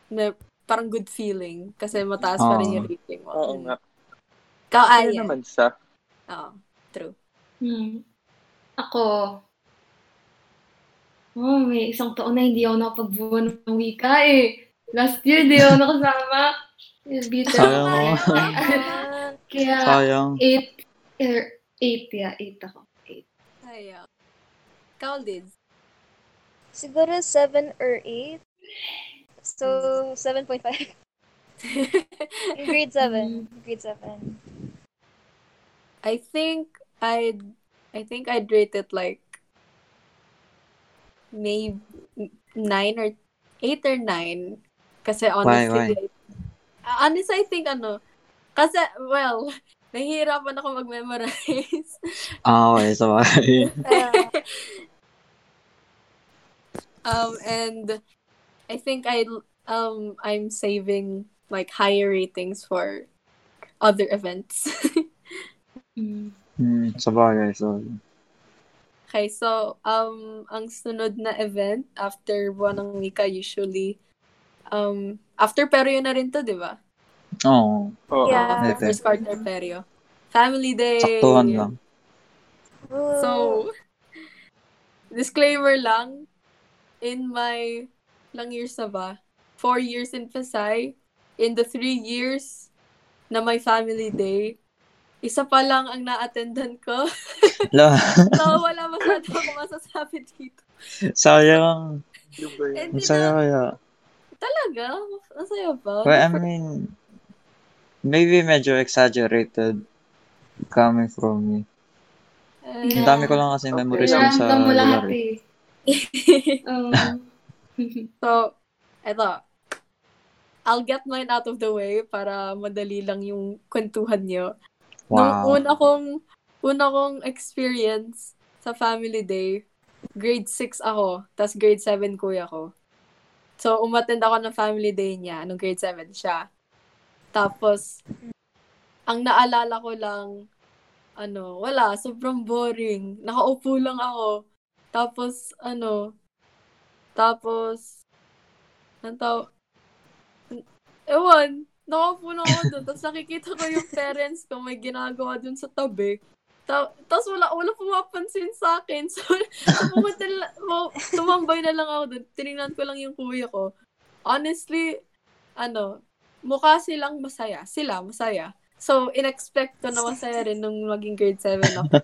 Speaker 1: na, parang good feeling. Kasi mataas pa rin
Speaker 2: Oo.
Speaker 1: yung rating mo.
Speaker 5: Oo nga.
Speaker 1: Ikaw,
Speaker 5: Kaya
Speaker 1: Aya.
Speaker 5: naman sa
Speaker 1: Oo.
Speaker 3: Hmm. Ako, oh, may isang taon na hindi ako nakapagbuwan ng wika eh. Last year, di ako nakasama. Eh, Bitter.
Speaker 2: Sayang
Speaker 3: ako.
Speaker 2: oh.
Speaker 4: Ah,
Speaker 3: Kaya,
Speaker 2: Sayang.
Speaker 3: eight, er, eight, yeah, eight ako. Eight.
Speaker 1: Ayaw. Ikaw, Liz.
Speaker 4: siguro 7 or 8. So, 7.5. Yung grade 7. Grade 7.
Speaker 1: I think I'd I think I'd rate it like maybe nine or eight or nine. Kasi honestly, I- honestly I think ano, kasi well, nahihirapan ako mag-memorize.
Speaker 2: Ah, okay. So, okay.
Speaker 4: Ah,
Speaker 1: um and I think I um I'm saving like higher ratings for other events.
Speaker 3: Hmm.
Speaker 2: Hmm, sabagay. So,
Speaker 1: Okay, so um ang sunod na event after buwan ng wika usually um after peryo na rin to, 'di ba?
Speaker 2: Oo.
Speaker 5: Oo.
Speaker 4: Yeah.
Speaker 2: Pwede.
Speaker 1: First quarter peryo. Family day.
Speaker 2: Saktuhan
Speaker 1: Eh.
Speaker 2: lang.
Speaker 4: Woo.
Speaker 1: So disclaimer lang in my lang years na ba? Four years in Pasay, in the three years na my family day, isa pa lang ang na-attendan ko.
Speaker 2: La,
Speaker 1: so, wala masyado akong masasabi dito.
Speaker 2: sayang.
Speaker 5: Yun ba yun?
Speaker 1: And
Speaker 2: Ang
Speaker 1: di
Speaker 2: saya
Speaker 1: na,
Speaker 2: kaya.
Speaker 1: talaga, masaya ba?
Speaker 2: Well, I mean, maybe medyo exaggerated coming from me.
Speaker 1: Eh,
Speaker 2: Ang dami ko lang kasi
Speaker 5: Okay.
Speaker 2: memories ko sa
Speaker 3: Ramdam mo lahat
Speaker 2: lugar. eh.
Speaker 3: eh. Um, Oo.
Speaker 1: so, eto. I'll get mine out of the way para madali lang yung kwentuhan nyo. Nung
Speaker 2: Wow.
Speaker 1: una kong, una kong experience sa family day, grade 6 ako, tas grade 7 kuya ko. So, umattend ako ng family day niya, nung grade 7 siya. Tapos, ang naalala ko lang, ano, wala, sobrang boring. Nakaupo lang ako. Tapos, ano, tapos, ang taw- ewan, nakaupo lang ako doon. Tapos nakikita ko yung parents ko may ginagawa doon sa tabi. Ta- tapos wala, wala pumapansin sa akin. So, so pumunta na, mo- tumambay na lang ako doon. Tinignan ko lang yung kuya ko. Honestly, ano, mukha silang masaya. Sila, masaya. So, inexpect ko na masaya rin nung maging grade 7 ako.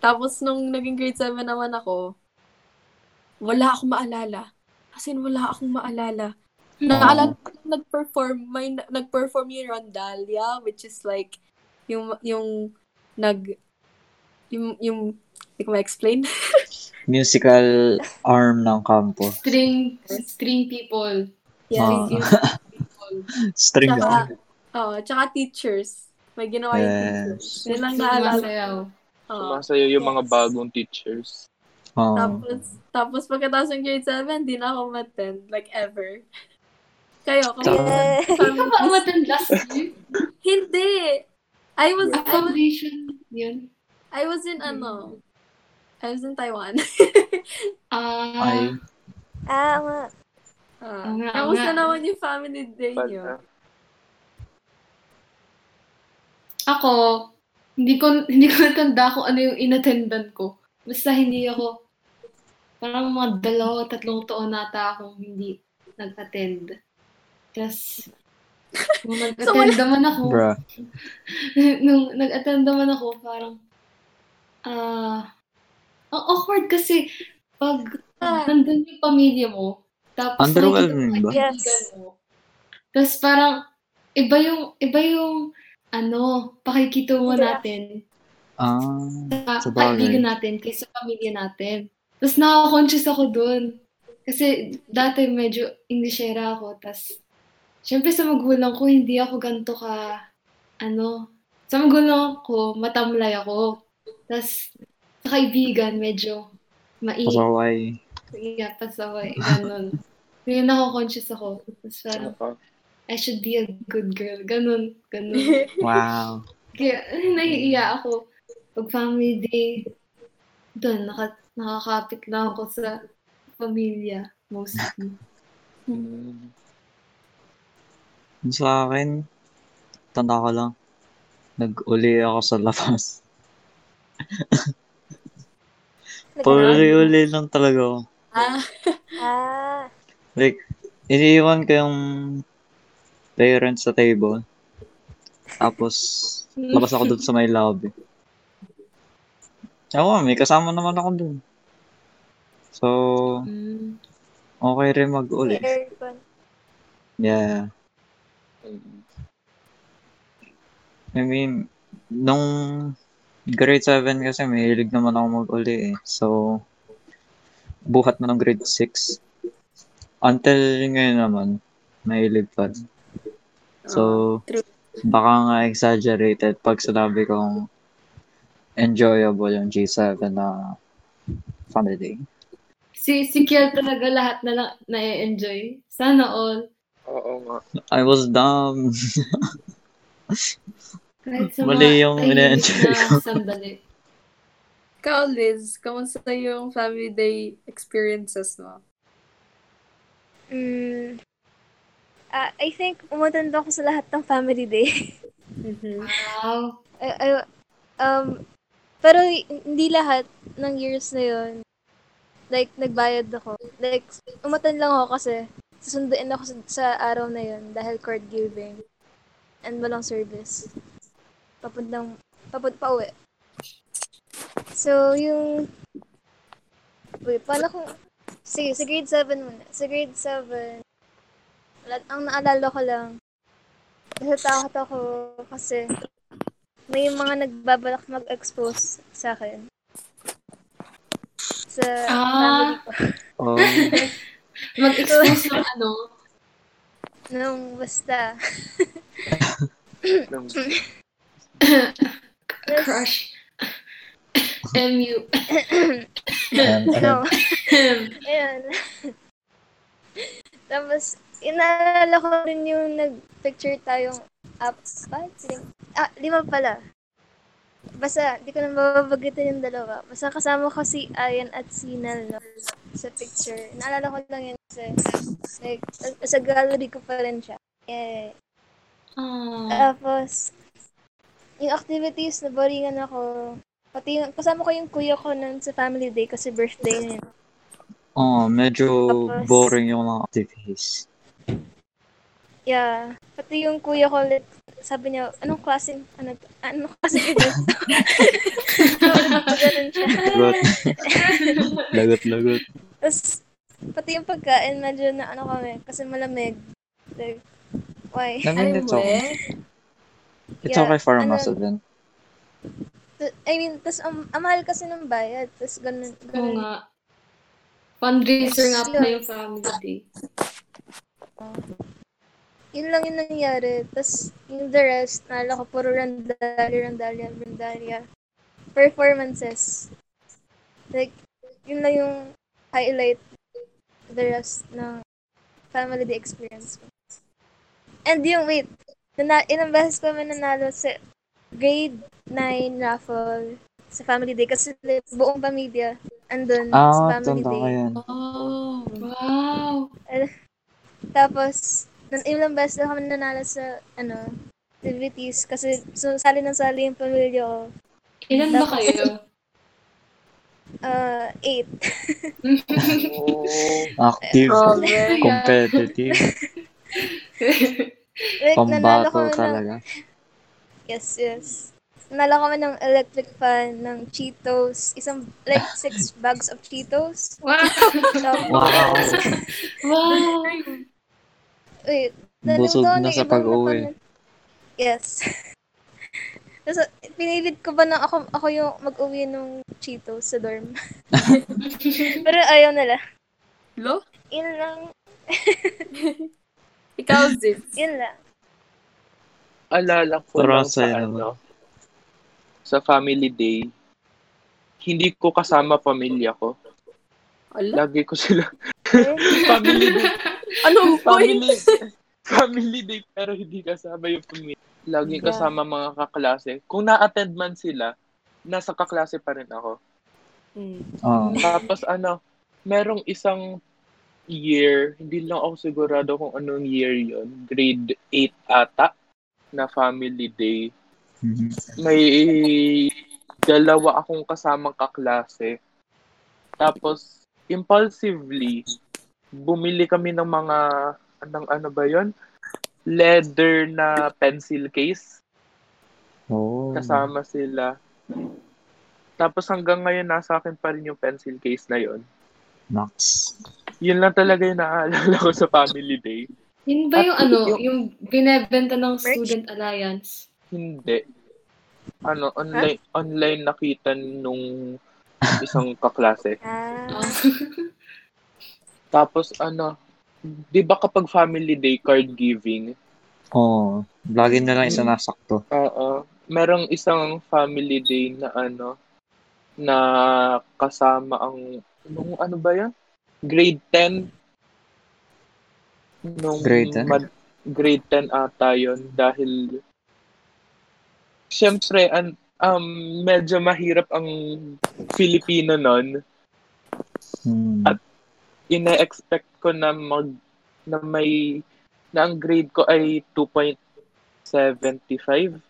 Speaker 1: Tapos, nung naging grade 7 naman ako, wala akong maalala. As in, wala akong maalala. Naalala ko lang nag-perform, may na- nag-perform yung Rondalia, which is like, yung, yung, nag, yung, yung, hindi ko ma-explain.
Speaker 2: Musical arm ng kampo.
Speaker 3: String, string people.
Speaker 2: Yeah.
Speaker 3: String instrument people.
Speaker 2: String
Speaker 1: Tsaka,
Speaker 2: arm.
Speaker 1: oh, tsaka teachers. May ginawa yung
Speaker 2: Yes.
Speaker 1: teachers. Yun lang naalala.
Speaker 3: Sumasayaw.
Speaker 1: Oo.
Speaker 5: Sumasayo yung mga
Speaker 4: Yes.
Speaker 5: bagong teachers.
Speaker 2: Oo.
Speaker 1: Tapos, tapos pagkatapos ng grade 7, di na ako umattend. Like, ever. Kayo, kamusta?
Speaker 4: Yeah.
Speaker 3: Hindi ka ba umattend last year?
Speaker 1: Hindi! I was, I was,
Speaker 3: Accommodation yun.
Speaker 1: I was in, ano, I was in Taiwan.
Speaker 3: Ah,
Speaker 2: Ay.
Speaker 4: ah, nga.
Speaker 1: Ah,
Speaker 3: Oo nga, oo
Speaker 1: kamusta
Speaker 3: nga.
Speaker 1: naman yung family day niyo?
Speaker 5: Pala.
Speaker 3: ako, hindi ko hindi ko natanda kung ano yung inattendan ko. Basta hindi ako, parang mga dalawa, tatlong taon nata akong hindi nag-attend. Tapos, nung
Speaker 1: So,
Speaker 3: nag-attend
Speaker 1: wala-
Speaker 3: naman ako,
Speaker 2: Bruh.
Speaker 3: nung nag-attend naman ako, parang, ah, ang awkward kasi, pag nandun yung pamilya mo, tapos
Speaker 2: Underwhelming ba?
Speaker 3: nakikita mo yung kaibigan mo, tapos parang, iba yung, iba yung, ano, pakikitungo
Speaker 4: Interaction.
Speaker 3: natin
Speaker 2: Ah. Sa
Speaker 3: sa
Speaker 2: bagay.
Speaker 3: kaibigan natin kaysa pamilya natin. Tapos nakaka-conscious ako dun. Kasi dati medyo Englishera ako. Tapos, syempre sa magulang ko, hindi ako ganito ka, ano, sa magulang ko, matamlay ako. Tapos, sa kaibigan, medyo mai
Speaker 2: Pasaway.
Speaker 3: yeah, pasaway, ganun. Ngayon nako-conscious ako. Tapos parang,
Speaker 5: Naka-
Speaker 3: I should be a good girl. Ganun, ganun.
Speaker 2: Wow.
Speaker 3: Kaya, ay, naiiya ako. Pag family day, doon, naka, nakakapit lang ako sa pamilya, mostly.
Speaker 5: Mm.
Speaker 2: Sa akin, tanda ko lang. Nag-uli ako sa labas. Pauli-uli lang talaga ako.
Speaker 1: Ah,
Speaker 4: Ah,
Speaker 2: Like, iniiwan ko yung parents sa table. Tapos, labas ako dun sa may lobby. Ako, may kasama naman ako dun. So,
Speaker 3: Mm.
Speaker 2: okay rin mag-uli.
Speaker 4: aircon.
Speaker 2: Yeah.
Speaker 5: Mm.
Speaker 2: I mean, nung grade 7 kasi mahilig naman ako mag-uli eh. So, buhat na ng grade 6. Until ngayon naman, mahilig pa. rin. So,
Speaker 4: Ah,
Speaker 1: true.
Speaker 2: baka nga exaggerated pag sinabi kong enjoyable yung G7 na family day.
Speaker 3: Si, si Kiel talaga lahat na lang na-enjoy. Sana all.
Speaker 5: Oo nga.
Speaker 2: I was dumb.
Speaker 3: Kahit sa
Speaker 2: Mali
Speaker 3: mga
Speaker 2: yung
Speaker 3: tahimik
Speaker 2: ina-enjoy
Speaker 3: na sandali.
Speaker 1: Ikaw, Liz, kamusta yung family day experiences mo?
Speaker 4: Mm, ah, I think umatend ako sa lahat ng family day.
Speaker 1: Mhm.
Speaker 3: Wow.
Speaker 4: I, I- Eh, um, pero y- hindi lahat ng years na yun. Like, nagbayad ako. Like, umatend lang ako kasi susunduin ako sa, sa araw na yun dahil cord giving and walang service. Papuntang, papun, pauwi. So, yung... Wait, paano kung... Sige, sa grade 7 muna. Sa grade 7, wala, ang naalala ko lang, natatakot ako kasi may mga nagbabalak mag-expose sa akin. Sa family
Speaker 3: Ah,
Speaker 4: ko.
Speaker 2: Oh,
Speaker 3: mag-expose ng ano.
Speaker 4: Nung basta.
Speaker 5: Nung-
Speaker 4: Tapos,
Speaker 3: Crush. MU.
Speaker 2: ayan, ayan.
Speaker 4: no. Ayun. Tapos, inaalala ko rin yung nag-picture tayong apat. lim- Ah, lima pala. Basta, di ko na mababagitan yung dalawa. Basta kasama ko si Ayan at si Nal no, sa picture. Naalala ko lang yun kasi like, sa gallery ko pa rin siya. Yeah.
Speaker 3: Ah,
Speaker 4: Tapos, yung activities, naboringan ako. Pati yung, kasama ko yung kuya ko nun sa family day kasi birthday niya.
Speaker 2: Oh, medyo
Speaker 4: Tapos-
Speaker 2: boring yung mga activities.
Speaker 4: Yeah. Pati yung kuya ko, like, sabi niya, anong klase, ano, to? anong klase event? so, ganun siya.
Speaker 2: Lagot. lagot, lagot.
Speaker 4: Tapos, pati yung pagkain, medyo na ano kami, kasi malamig. Like, why?
Speaker 2: I mean, it's okay.
Speaker 1: we?
Speaker 2: It's
Speaker 4: Yeah,
Speaker 2: okay for a
Speaker 4: ano-
Speaker 2: muscle then.
Speaker 4: T- I mean, tapos um, ang mahal kasi ng bayad. Tapos ganun,
Speaker 3: oo
Speaker 4: ganun.
Speaker 3: nga. Fundraiser nga pala yung family day.
Speaker 4: Yun lang yung nangyari. Tapos, yung the rest, naalala ko, puro randalia, randalia, randalia. Performances. Like, yun lang yung highlight the rest ng family day experience ko. And yung, wait, nana- ilang beses kami nanalo sa grade 9 raffle sa family day kasi like, buong pamilya andun sa
Speaker 2: Ah,
Speaker 4: family
Speaker 2: tanda ko
Speaker 4: day.
Speaker 2: yan.
Speaker 1: Oh.
Speaker 3: Wow.
Speaker 4: Tapos, nung ilang beses na kami nanalo sa, ano, activities kasi so, sali ng sali yung pamilya ko.
Speaker 3: Ilan ba kayo?
Speaker 4: Uh, eight.
Speaker 5: Oh.
Speaker 2: Active,
Speaker 1: Grabe.
Speaker 2: competitive,
Speaker 4: Like,
Speaker 2: pambato
Speaker 4: nanalo kami ng,
Speaker 2: talaga.
Speaker 4: yes, yes. Nanalo kami ng electric fan, ng Cheetos, isang, like, six bags of Cheetos.
Speaker 3: Wow.
Speaker 4: Tapos,
Speaker 2: Wow!
Speaker 3: Wow.
Speaker 4: wait,
Speaker 2: Busog
Speaker 4: nalimutan ko
Speaker 2: na
Speaker 4: yung
Speaker 2: sa
Speaker 4: ibang
Speaker 2: pag-uwi.
Speaker 4: napanood. Yes. Tapos, pinilit ko ba na ako, ako yung mag-uwi ng Cheetos sa dorm. Pero ayaw nila.
Speaker 1: Lo?
Speaker 4: Yun lang,
Speaker 1: Ikaw, Ziz.
Speaker 4: yun lang.
Speaker 5: Alala ko
Speaker 2: Pero
Speaker 5: lang sa
Speaker 2: sa'yo naman.
Speaker 5: ano, sa family day, hindi ko kasama pamilya ko.
Speaker 1: Ala?
Speaker 5: Lagi ko sila
Speaker 4: Eh,
Speaker 5: family day,
Speaker 1: Anong point?
Speaker 5: family, family day pero hindi kasama yung pamilya. Lagi
Speaker 1: Grabe.
Speaker 5: kasama mga kaklase. Kung na-attend man sila, nasa kaklase pa rin ako.
Speaker 1: Hmm.
Speaker 2: Oh,
Speaker 5: Tapos ano, merong isang year, hindi lang ako sigurado kung anong year yon grade 8 ata, na family day.
Speaker 2: mhm.
Speaker 5: May dalawa akong kasamang kaklase. Tapos, impulsively, bumili kami ng mga, anong ano ba yon Leather na pencil case.
Speaker 2: Oh.
Speaker 5: Kasama sila. Tapos hanggang ngayon, nasa akin pa rin yung pencil case na yon
Speaker 2: Max.
Speaker 5: Yun lang talaga yung naaalala ko sa family day.
Speaker 3: Yun ba yung ano,
Speaker 5: Yung-
Speaker 3: yung binebenta ng
Speaker 4: Merch?
Speaker 3: Student Alliance?
Speaker 5: Hindi. Ano, online online nakita nung isang kaklase.
Speaker 4: Ah,
Speaker 3: Ah.
Speaker 5: Tapos ano, 'di ba kapag family day card giving,
Speaker 2: Oh, lagi na lang isa
Speaker 5: Mm.
Speaker 2: nasakto.
Speaker 5: oo, merong isang family day na ano na kasama ang nung ano ba 'yan? Grade 10 nung
Speaker 2: Grade 10?
Speaker 5: mad- grade 10 ata 'yon dahil syempre an um, medyo mahirap ang Filipino nun.
Speaker 2: Hmm.
Speaker 5: At- Ine-expect ko na mag na may na ang grade ko ay 2.75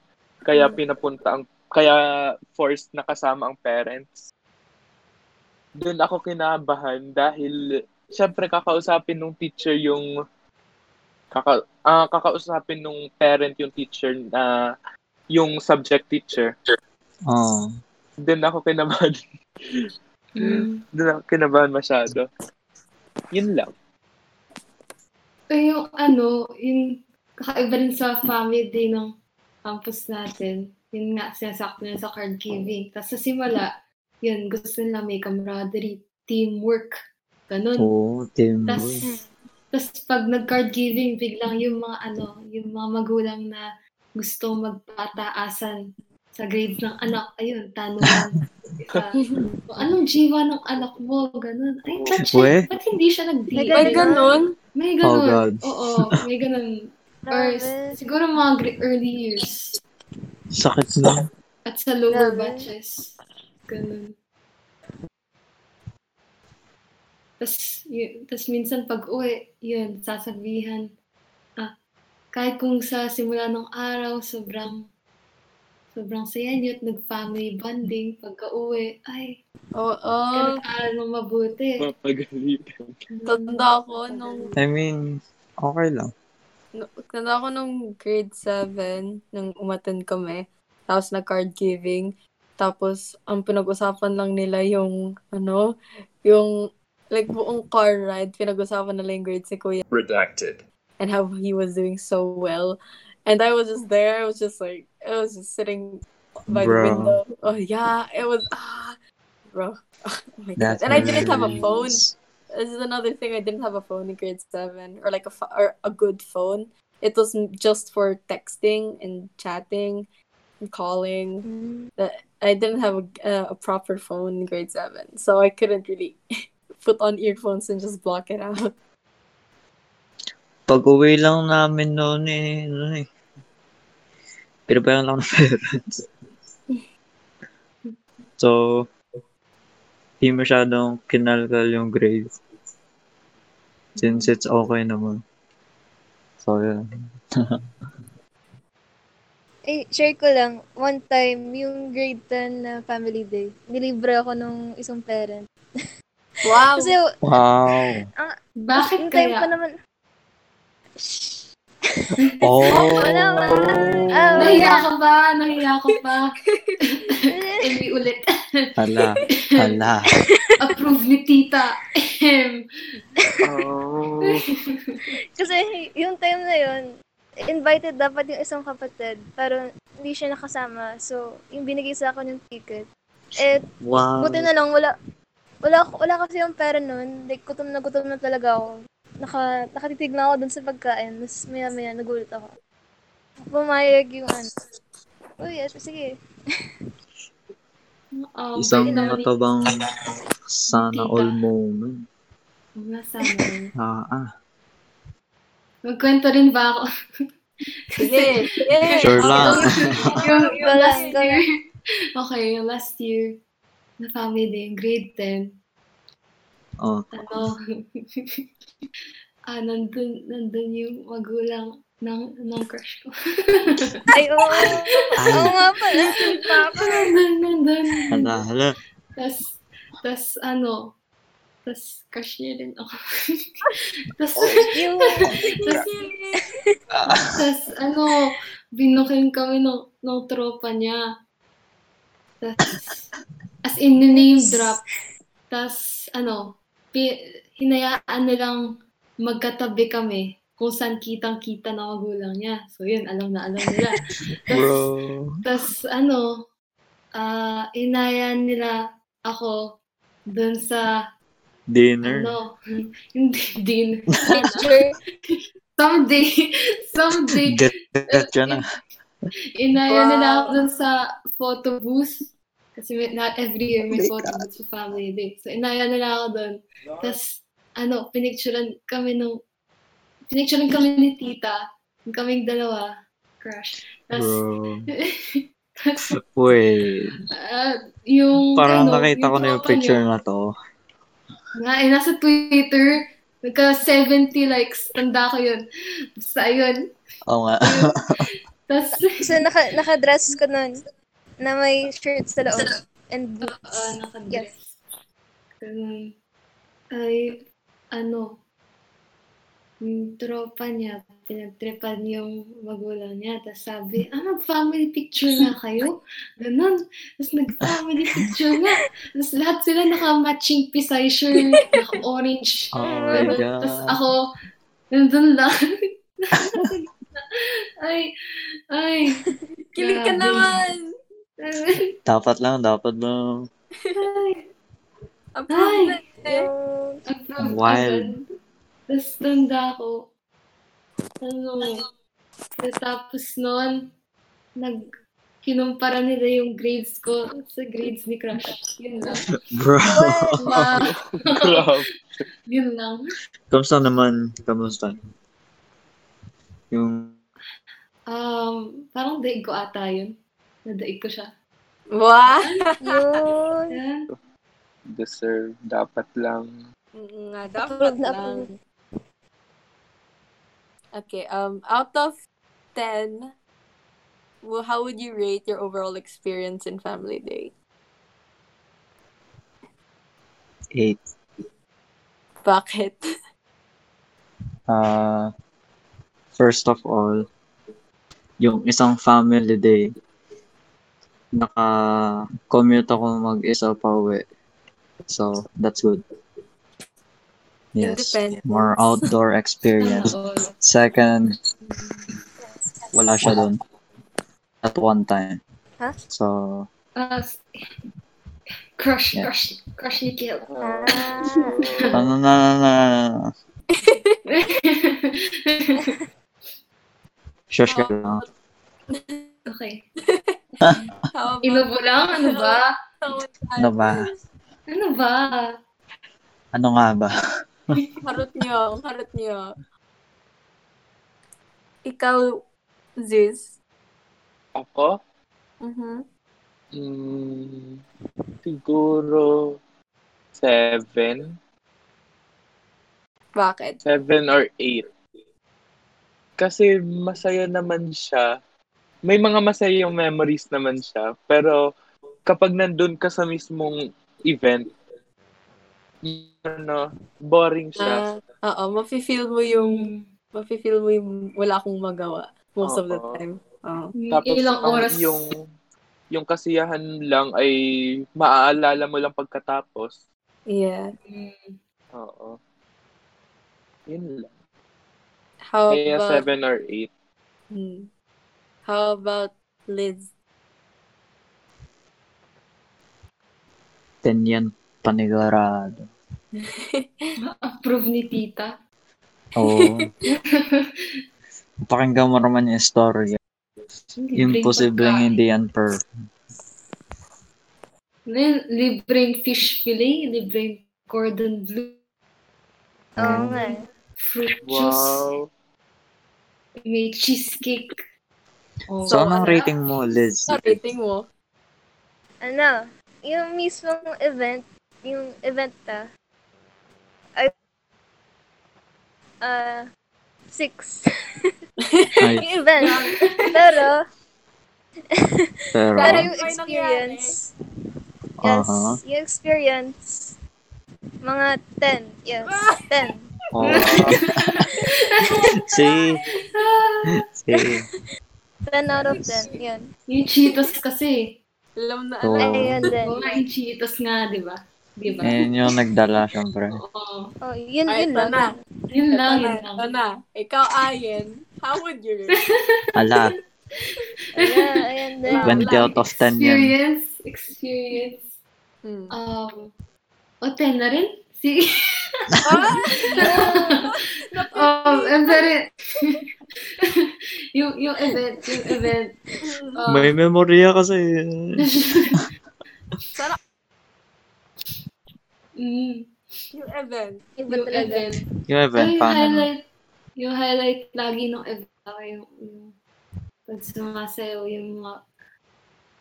Speaker 5: kaya pinapunta ang kaya forced na kasama ang parents. Doon ako kinabahan dahil syempre kakausapin nung teacher yung kaka, ah, kakausapin nung parent yung teacher na yung subject teacher.
Speaker 2: Oo.
Speaker 5: Doon ako kinabahan.
Speaker 3: Mm.
Speaker 5: Doon ako kinabahan masyado. Yun lang.
Speaker 3: Pero yung ano, yung kakaiba rin sa family day ng campus natin, yun nga, sinasakto na sa card giving. Tapos sa simula, yun, gusto nila may camaraderie, teamwork, ganun.
Speaker 2: Oo, team.
Speaker 3: Tapos, tas pag nag-card giving, biglang yung mga ano, yung mga magulang na gusto magpataasan sa grades ng anak, ayun, tanungan. Isa, anong jiwa ng anak mo? Ganun. Ay, ba't,
Speaker 2: Weh.
Speaker 3: siya, ba't hindi siya nag
Speaker 1: May ganun?
Speaker 3: May
Speaker 2: Oh,
Speaker 3: ganun.
Speaker 2: God.
Speaker 3: Oo, may ganun. Or
Speaker 4: Grabe.
Speaker 3: s- siguro mga gre- early years
Speaker 2: Sakit na.
Speaker 3: at sa lower
Speaker 4: Grabe.
Speaker 3: batches. Ganun. Tapos, tas minsan pag uwi, yun, sasabihan, ah, kahit kung sa simula ng araw, sobrang, sobrang saya niyo at nag-family bonding, pagka uwi, ay,
Speaker 1: Oo.
Speaker 3: nag-aral mo mabuti.
Speaker 5: Mapagalitan.
Speaker 1: Tanda ko nung,
Speaker 2: I mean, okay lang.
Speaker 1: tanda ko nung grade 7, nung umaten kami. Tapos nag-card giving. Tapos, ang pinag-usapan lang nila yung, ano, yung, like, buong car ride, pinag-usapan nila yung grade si Kuya
Speaker 6: Redacted.
Speaker 1: and how he was doing so well. And I was just there. I was just like, I was just sitting by
Speaker 2: Bro.
Speaker 1: the window. Oh yeah, it was ah, bro. Oh my god.
Speaker 2: That's
Speaker 1: And I didn't have a
Speaker 2: hilarious.
Speaker 1: phone. This is another thing. I didn't have a phone in grade seven, or like a pho- or a good phone. It was m- just for texting and chatting, and calling. I didn't have a, uh, a proper phone in grade seven, so I couldn't really put on earphones and just block it out.
Speaker 2: Pag-uwi lang namin noon eh, noon eh. Pinabayan lang ng parents. so, di masyadong kinalkal yung grade. Since it's okay naman. So, yun.
Speaker 4: Eh, share ko lang. One time, yung grade 10 na family day, nilibre ako nung isang parent.
Speaker 1: Wow.
Speaker 4: Kasi,
Speaker 2: Wow!
Speaker 3: Bakit
Speaker 4: yung time
Speaker 3: kaya?
Speaker 4: pa naman,
Speaker 2: Oh!
Speaker 4: Wala, wala. Ah,
Speaker 3: Nahiya ka ba? Nahiya ka ba? Emi ulit.
Speaker 2: Hala, hala.
Speaker 3: Approve ni tita. Em.
Speaker 5: Oh.
Speaker 4: Kasi yung time na yun, invited dapat yung isang kapatid, pero hindi siya nakasama. So, yung binigay sa akin yung ticket. Eh,
Speaker 2: Wow!
Speaker 4: buti na lang, wala, wala, wala kasi yung pera nun. Like, gutom na gutom na talaga ako. Naka, nakatitig na ako dun sa pagkain. Tapos maya-maya, nagulat ako. Pumayag yung ano. Uy, eh, sige.
Speaker 3: Oh,
Speaker 2: Isang
Speaker 3: bait naman ni-
Speaker 2: matabang sana all moment.
Speaker 3: Mga sana yun.
Speaker 2: Ah, ah.
Speaker 3: Magkwento rin ba ako?
Speaker 1: Sige, sige.
Speaker 2: Sure lang.
Speaker 1: Ah.
Speaker 3: yung, yung
Speaker 4: Wala,
Speaker 3: last
Speaker 4: wala.
Speaker 3: year. Okay, yung last year na family day, grade 10.
Speaker 2: Oh,
Speaker 3: Ano? ah, nandun, nandun yung magulang ng, ng crush ko.
Speaker 4: Ay, oo. Oo nga pala.
Speaker 3: nandun, nandun.
Speaker 2: hala, hala.
Speaker 3: Tapos, tas ano, tas crush niya rin ako. tas,
Speaker 4: Yung,
Speaker 3: tas ano, binukin kami ng, ng tropa niya. Tas, as in, name drop. Tas, ano, pi, hinayaan nilang magkatabi kami kung saan kitang-kita na magulang niya. So, yun, alam na alam nila. Tas,
Speaker 2: Bro.
Speaker 3: Tapos ano, ah inaya nila ako dun sa,
Speaker 2: Dinner.
Speaker 3: ano, hindi din.
Speaker 4: picture.
Speaker 3: someday, someday,
Speaker 2: Get, get ka na.
Speaker 1: Wow.
Speaker 3: inaya nila ako dun sa photo booth. Kasi may, na, every year may photo booth sa family day. So, inaya nila ako dun. Tapos, ano, pinicturean kami nung, pinicturean kami ni tita. Kaming dalawa, crush. Tapos,
Speaker 2: Bro. Wait.
Speaker 3: Ah, yung
Speaker 2: Parang
Speaker 3: ano,
Speaker 2: nakita ko na yung
Speaker 3: tropa niya.
Speaker 2: picture na to.
Speaker 3: Nga, eh, nasa Twitter, nagka 70 likes, tanda ko yun. Basta yun.
Speaker 2: Oo nga.
Speaker 3: Tapos,
Speaker 4: So, naka, naka-dress ko nun na may shirt sa loob and
Speaker 3: oo,
Speaker 4: boots.
Speaker 3: nakadress. Ganun. Ay, ano, yung tropa niya, pinagtripan yung magulang niya. Tapos sabi, ah, mag-family picture na kayo? Ganun. Tapos nag-family picture na. Tapos lahat sila naka-matching pisay shirt, naka-orange
Speaker 2: Oh my God.
Speaker 3: Tapos ako, nandun lang. ay, ay.
Speaker 1: Kilig ka
Speaker 3: Grabe.
Speaker 1: naman!
Speaker 3: Ay,
Speaker 2: Dapat lang, dapat lang.
Speaker 1: Approve na eh.
Speaker 4: Yung,
Speaker 3: approved
Speaker 2: Wild.
Speaker 3: agad. Tapos tanda ko, ano, tapos noon, nag, kinumpara nila yung grades ko sa grades ni Crush. Yun lang.
Speaker 2: Bro,
Speaker 4: well,
Speaker 3: Ma,
Speaker 5: Grabe.
Speaker 3: yun lang.
Speaker 2: kamusta naman? Kamusta? Yung
Speaker 3: Um, parang daig ko ata yun. Nadaig ko siya.
Speaker 1: Wow!
Speaker 4: yun.
Speaker 3: Ayan.
Speaker 5: Deserve. Dapat lang.
Speaker 1: Mm, Nga, dapat
Speaker 4: Approve na
Speaker 1: lang.
Speaker 4: approve.
Speaker 1: Okay, um, out of 10, well, how would you rate your overall experience in Family Day?
Speaker 2: 8.
Speaker 1: Bakit?
Speaker 2: Uh, first of all, yung isang family day, naka-commute ako mag-isa pa uwi. So, that's good. Yes,
Speaker 1: Independence.
Speaker 2: more outdoor
Speaker 3: Sana
Speaker 2: experience.
Speaker 3: all.
Speaker 2: Second, wala siya doon at one time.
Speaker 4: Huh?
Speaker 2: So,
Speaker 3: Ah, s- crush,
Speaker 2: Yeah.
Speaker 3: crush, crush ni Kiel.
Speaker 4: Ah.
Speaker 5: Oh.
Speaker 2: ano na na na shush ka lang.
Speaker 3: okay.
Speaker 1: How about,
Speaker 3: Inubo lang? Ano ba?
Speaker 2: Ano ba?
Speaker 3: Ano ba?
Speaker 2: Ano nga ba?
Speaker 1: Harot niyo, harot niyo. Ikaw, Ziz.
Speaker 5: Ako?
Speaker 1: Mhm.
Speaker 5: Mm, siguro seven.
Speaker 1: Bakit?
Speaker 5: Seven or eight. Kasi masaya naman siya. May mga masayang memories naman siya. Pero kapag nandun ka sa mismong event, ano, boring siya.
Speaker 1: Ah, oo, mafe-feel mo yung, mafe-feel mo yung wala akong magawa most of the
Speaker 5: Oo.
Speaker 1: time. Oo.
Speaker 5: Tapos
Speaker 3: ilang
Speaker 5: ang-
Speaker 3: oras.
Speaker 5: yung yung kasiyahan lang ay maaalala mo lang pagkatapos.
Speaker 1: Yeah.
Speaker 3: Mm.
Speaker 5: Oo. Yun lang.
Speaker 1: How
Speaker 5: Kaya
Speaker 1: about,
Speaker 5: seven or eight.
Speaker 1: Hmm. how about Liz?
Speaker 2: 10 yan, panigurado.
Speaker 3: Approve ni tita.
Speaker 2: Oo. Oh. Pakinggan mo naman yung story. Imposibleng hindi yan per.
Speaker 3: Libreng, Ano libreng fish fillet, libreng cordon bleu,
Speaker 4: Oo nga. eh.
Speaker 3: fruit juice,
Speaker 5: Wow.
Speaker 3: may cheesecake. Oh.
Speaker 2: So,
Speaker 1: ano?
Speaker 2: anong rating mo, Liz?
Speaker 1: Sa rating mo?
Speaker 4: Ano, yung mismong event, yung event ta, ay, ah, six.
Speaker 2: Ay,
Speaker 4: yung event. Pero,
Speaker 2: pero, uh-huh.
Speaker 4: Pero
Speaker 1: Parang
Speaker 4: yung
Speaker 1: may
Speaker 4: experience, yes,
Speaker 2: aha.
Speaker 4: yung experience, mga 10, yes,
Speaker 3: Ah!
Speaker 4: 10.
Speaker 2: Oo. See? See?
Speaker 4: 10 out of 10, yun.
Speaker 3: Yung Cheetos kasi.
Speaker 1: Alam na
Speaker 2: So,
Speaker 1: alam.
Speaker 4: Ayun din.
Speaker 3: Oo nga, yung Cheetos nga, di ba? Di ba?
Speaker 2: yun yung nagdala, syempre.
Speaker 3: Oo.
Speaker 4: Oh, yun,
Speaker 1: Ay,
Speaker 4: yun
Speaker 1: ito na.
Speaker 4: lang.
Speaker 3: Yun
Speaker 1: Ito
Speaker 3: lang,
Speaker 1: na,
Speaker 3: yun
Speaker 1: ito
Speaker 3: lang.
Speaker 1: na. Ikaw, Ayen. How would you rate?
Speaker 2: Ala,
Speaker 4: Ayan, ayan
Speaker 2: 20
Speaker 4: din.
Speaker 2: out of 10 yan.
Speaker 3: Experience, experience.
Speaker 1: Hmm.
Speaker 3: Um, o, 10 na rin? Sige.
Speaker 1: Ah!
Speaker 3: Um, and then, yung, yung event, yung event. Um,
Speaker 2: May memorya kasi.
Speaker 1: Sarap
Speaker 3: mm,
Speaker 1: yung event.
Speaker 4: Iba
Speaker 3: yung
Speaker 4: talaga.
Speaker 3: event.
Speaker 2: Yung event,
Speaker 3: Ay, yung
Speaker 2: paano? no?
Speaker 3: highlight, yung highlight lagi ng event, ay, yung, yung pag sumasayaw yung mga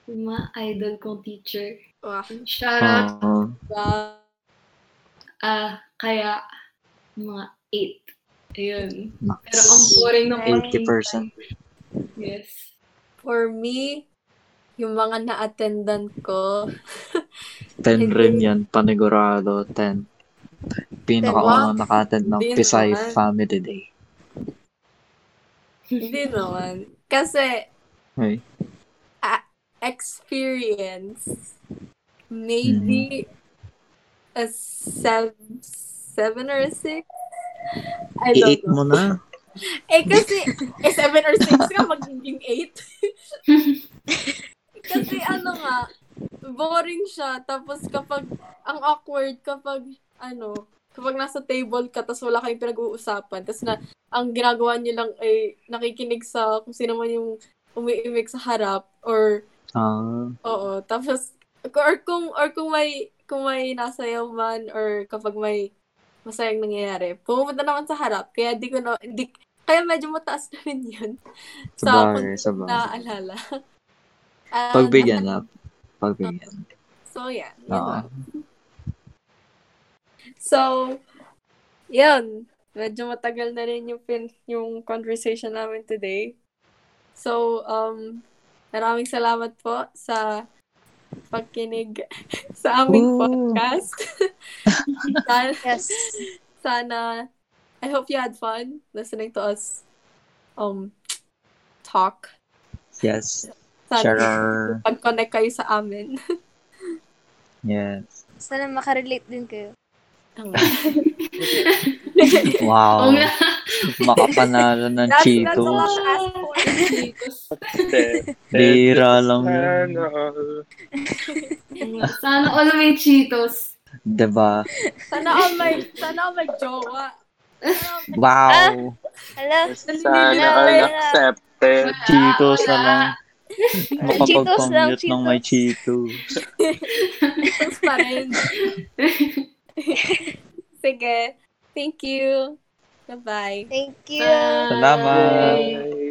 Speaker 3: Yung mga idol kong teacher.
Speaker 1: Wow.
Speaker 3: Shout out,
Speaker 2: Uh,
Speaker 1: Wow.
Speaker 3: ah, kaya mga 8. Ayun. Pero ang
Speaker 2: max.
Speaker 3: boring ng
Speaker 2: 80%.
Speaker 3: Yes.
Speaker 1: For me, yung mga na-attendan ko,
Speaker 2: 10 rin yan, panigurado, 10. Pinakaunang
Speaker 1: Diba?
Speaker 2: naka-attend ng
Speaker 1: Hindi
Speaker 2: Pisay
Speaker 1: naman.
Speaker 2: Family Day.
Speaker 1: hindi naman. Kasi,
Speaker 2: Hey,
Speaker 1: experience, maybe
Speaker 2: Mm-hmm.
Speaker 1: a seven, seven or a six? I don't
Speaker 2: i-eat
Speaker 1: know.
Speaker 2: mo na.
Speaker 1: Eh, kasi, eh, seven or six ka, magiging eight. kasi, ano nga, boring siya. Tapos, kapag, ang awkward kapag, ano, kapag nasa table ka, tapos wala kayong pinag-uusapan, tapos na, ang ginagawa niyo lang ay nakikinig sa kung sino man yung umiimik sa harap, or,
Speaker 2: Ah,
Speaker 1: oo, tapos, or kung, or kung may, kung may nasayaw man, or kapag may masayang nangyayari, pumunta naman sa harap, kaya di ko na, di, kaya medyo mataas na rin yun. Sa
Speaker 2: sabagay,
Speaker 1: kung
Speaker 2: sabagay.
Speaker 1: naaalala. And-
Speaker 2: Pagbigyan na. Pagbigyan.
Speaker 1: So, yeah. Yun
Speaker 2: Oo.
Speaker 1: lang. So, yun. Medyo matagal na rin yung, pin, yung conversation namin today. So, um, maraming salamat po sa pagkinig sa aming
Speaker 2: Woo!
Speaker 1: podcast. Sana-
Speaker 4: Yes.
Speaker 1: sana I hope you had fun listening to us um talk.
Speaker 2: Yes. Share
Speaker 1: Sana
Speaker 2: our...
Speaker 1: pag-connect kayo sa amin.
Speaker 2: Yes.
Speaker 4: Sana makarelate din kayo.
Speaker 3: Oo
Speaker 2: Wow.
Speaker 3: nga.
Speaker 2: Makapanalo ng
Speaker 1: that's, that's a lot
Speaker 2: Cheetos.
Speaker 1: to ask for.
Speaker 3: Cheetos.
Speaker 2: Bira lang yun.
Speaker 5: Sana all.
Speaker 3: Sana all may Cheetos.
Speaker 2: Diba?
Speaker 1: Sana all may, sana all may jowa.
Speaker 2: Wow.
Speaker 4: Hala,
Speaker 5: Sana all accepted.
Speaker 2: Cheetos na
Speaker 3: wala.
Speaker 2: lang.
Speaker 4: Cheetos lang,
Speaker 2: Makapag-commute ng may
Speaker 4: Cheetos.
Speaker 2: Cheetos.
Speaker 1: Tapos pa rin. Sige. Thank you. Bye-bye.
Speaker 4: Thank you.
Speaker 3: Bye.
Speaker 2: Salamat.
Speaker 5: Bye.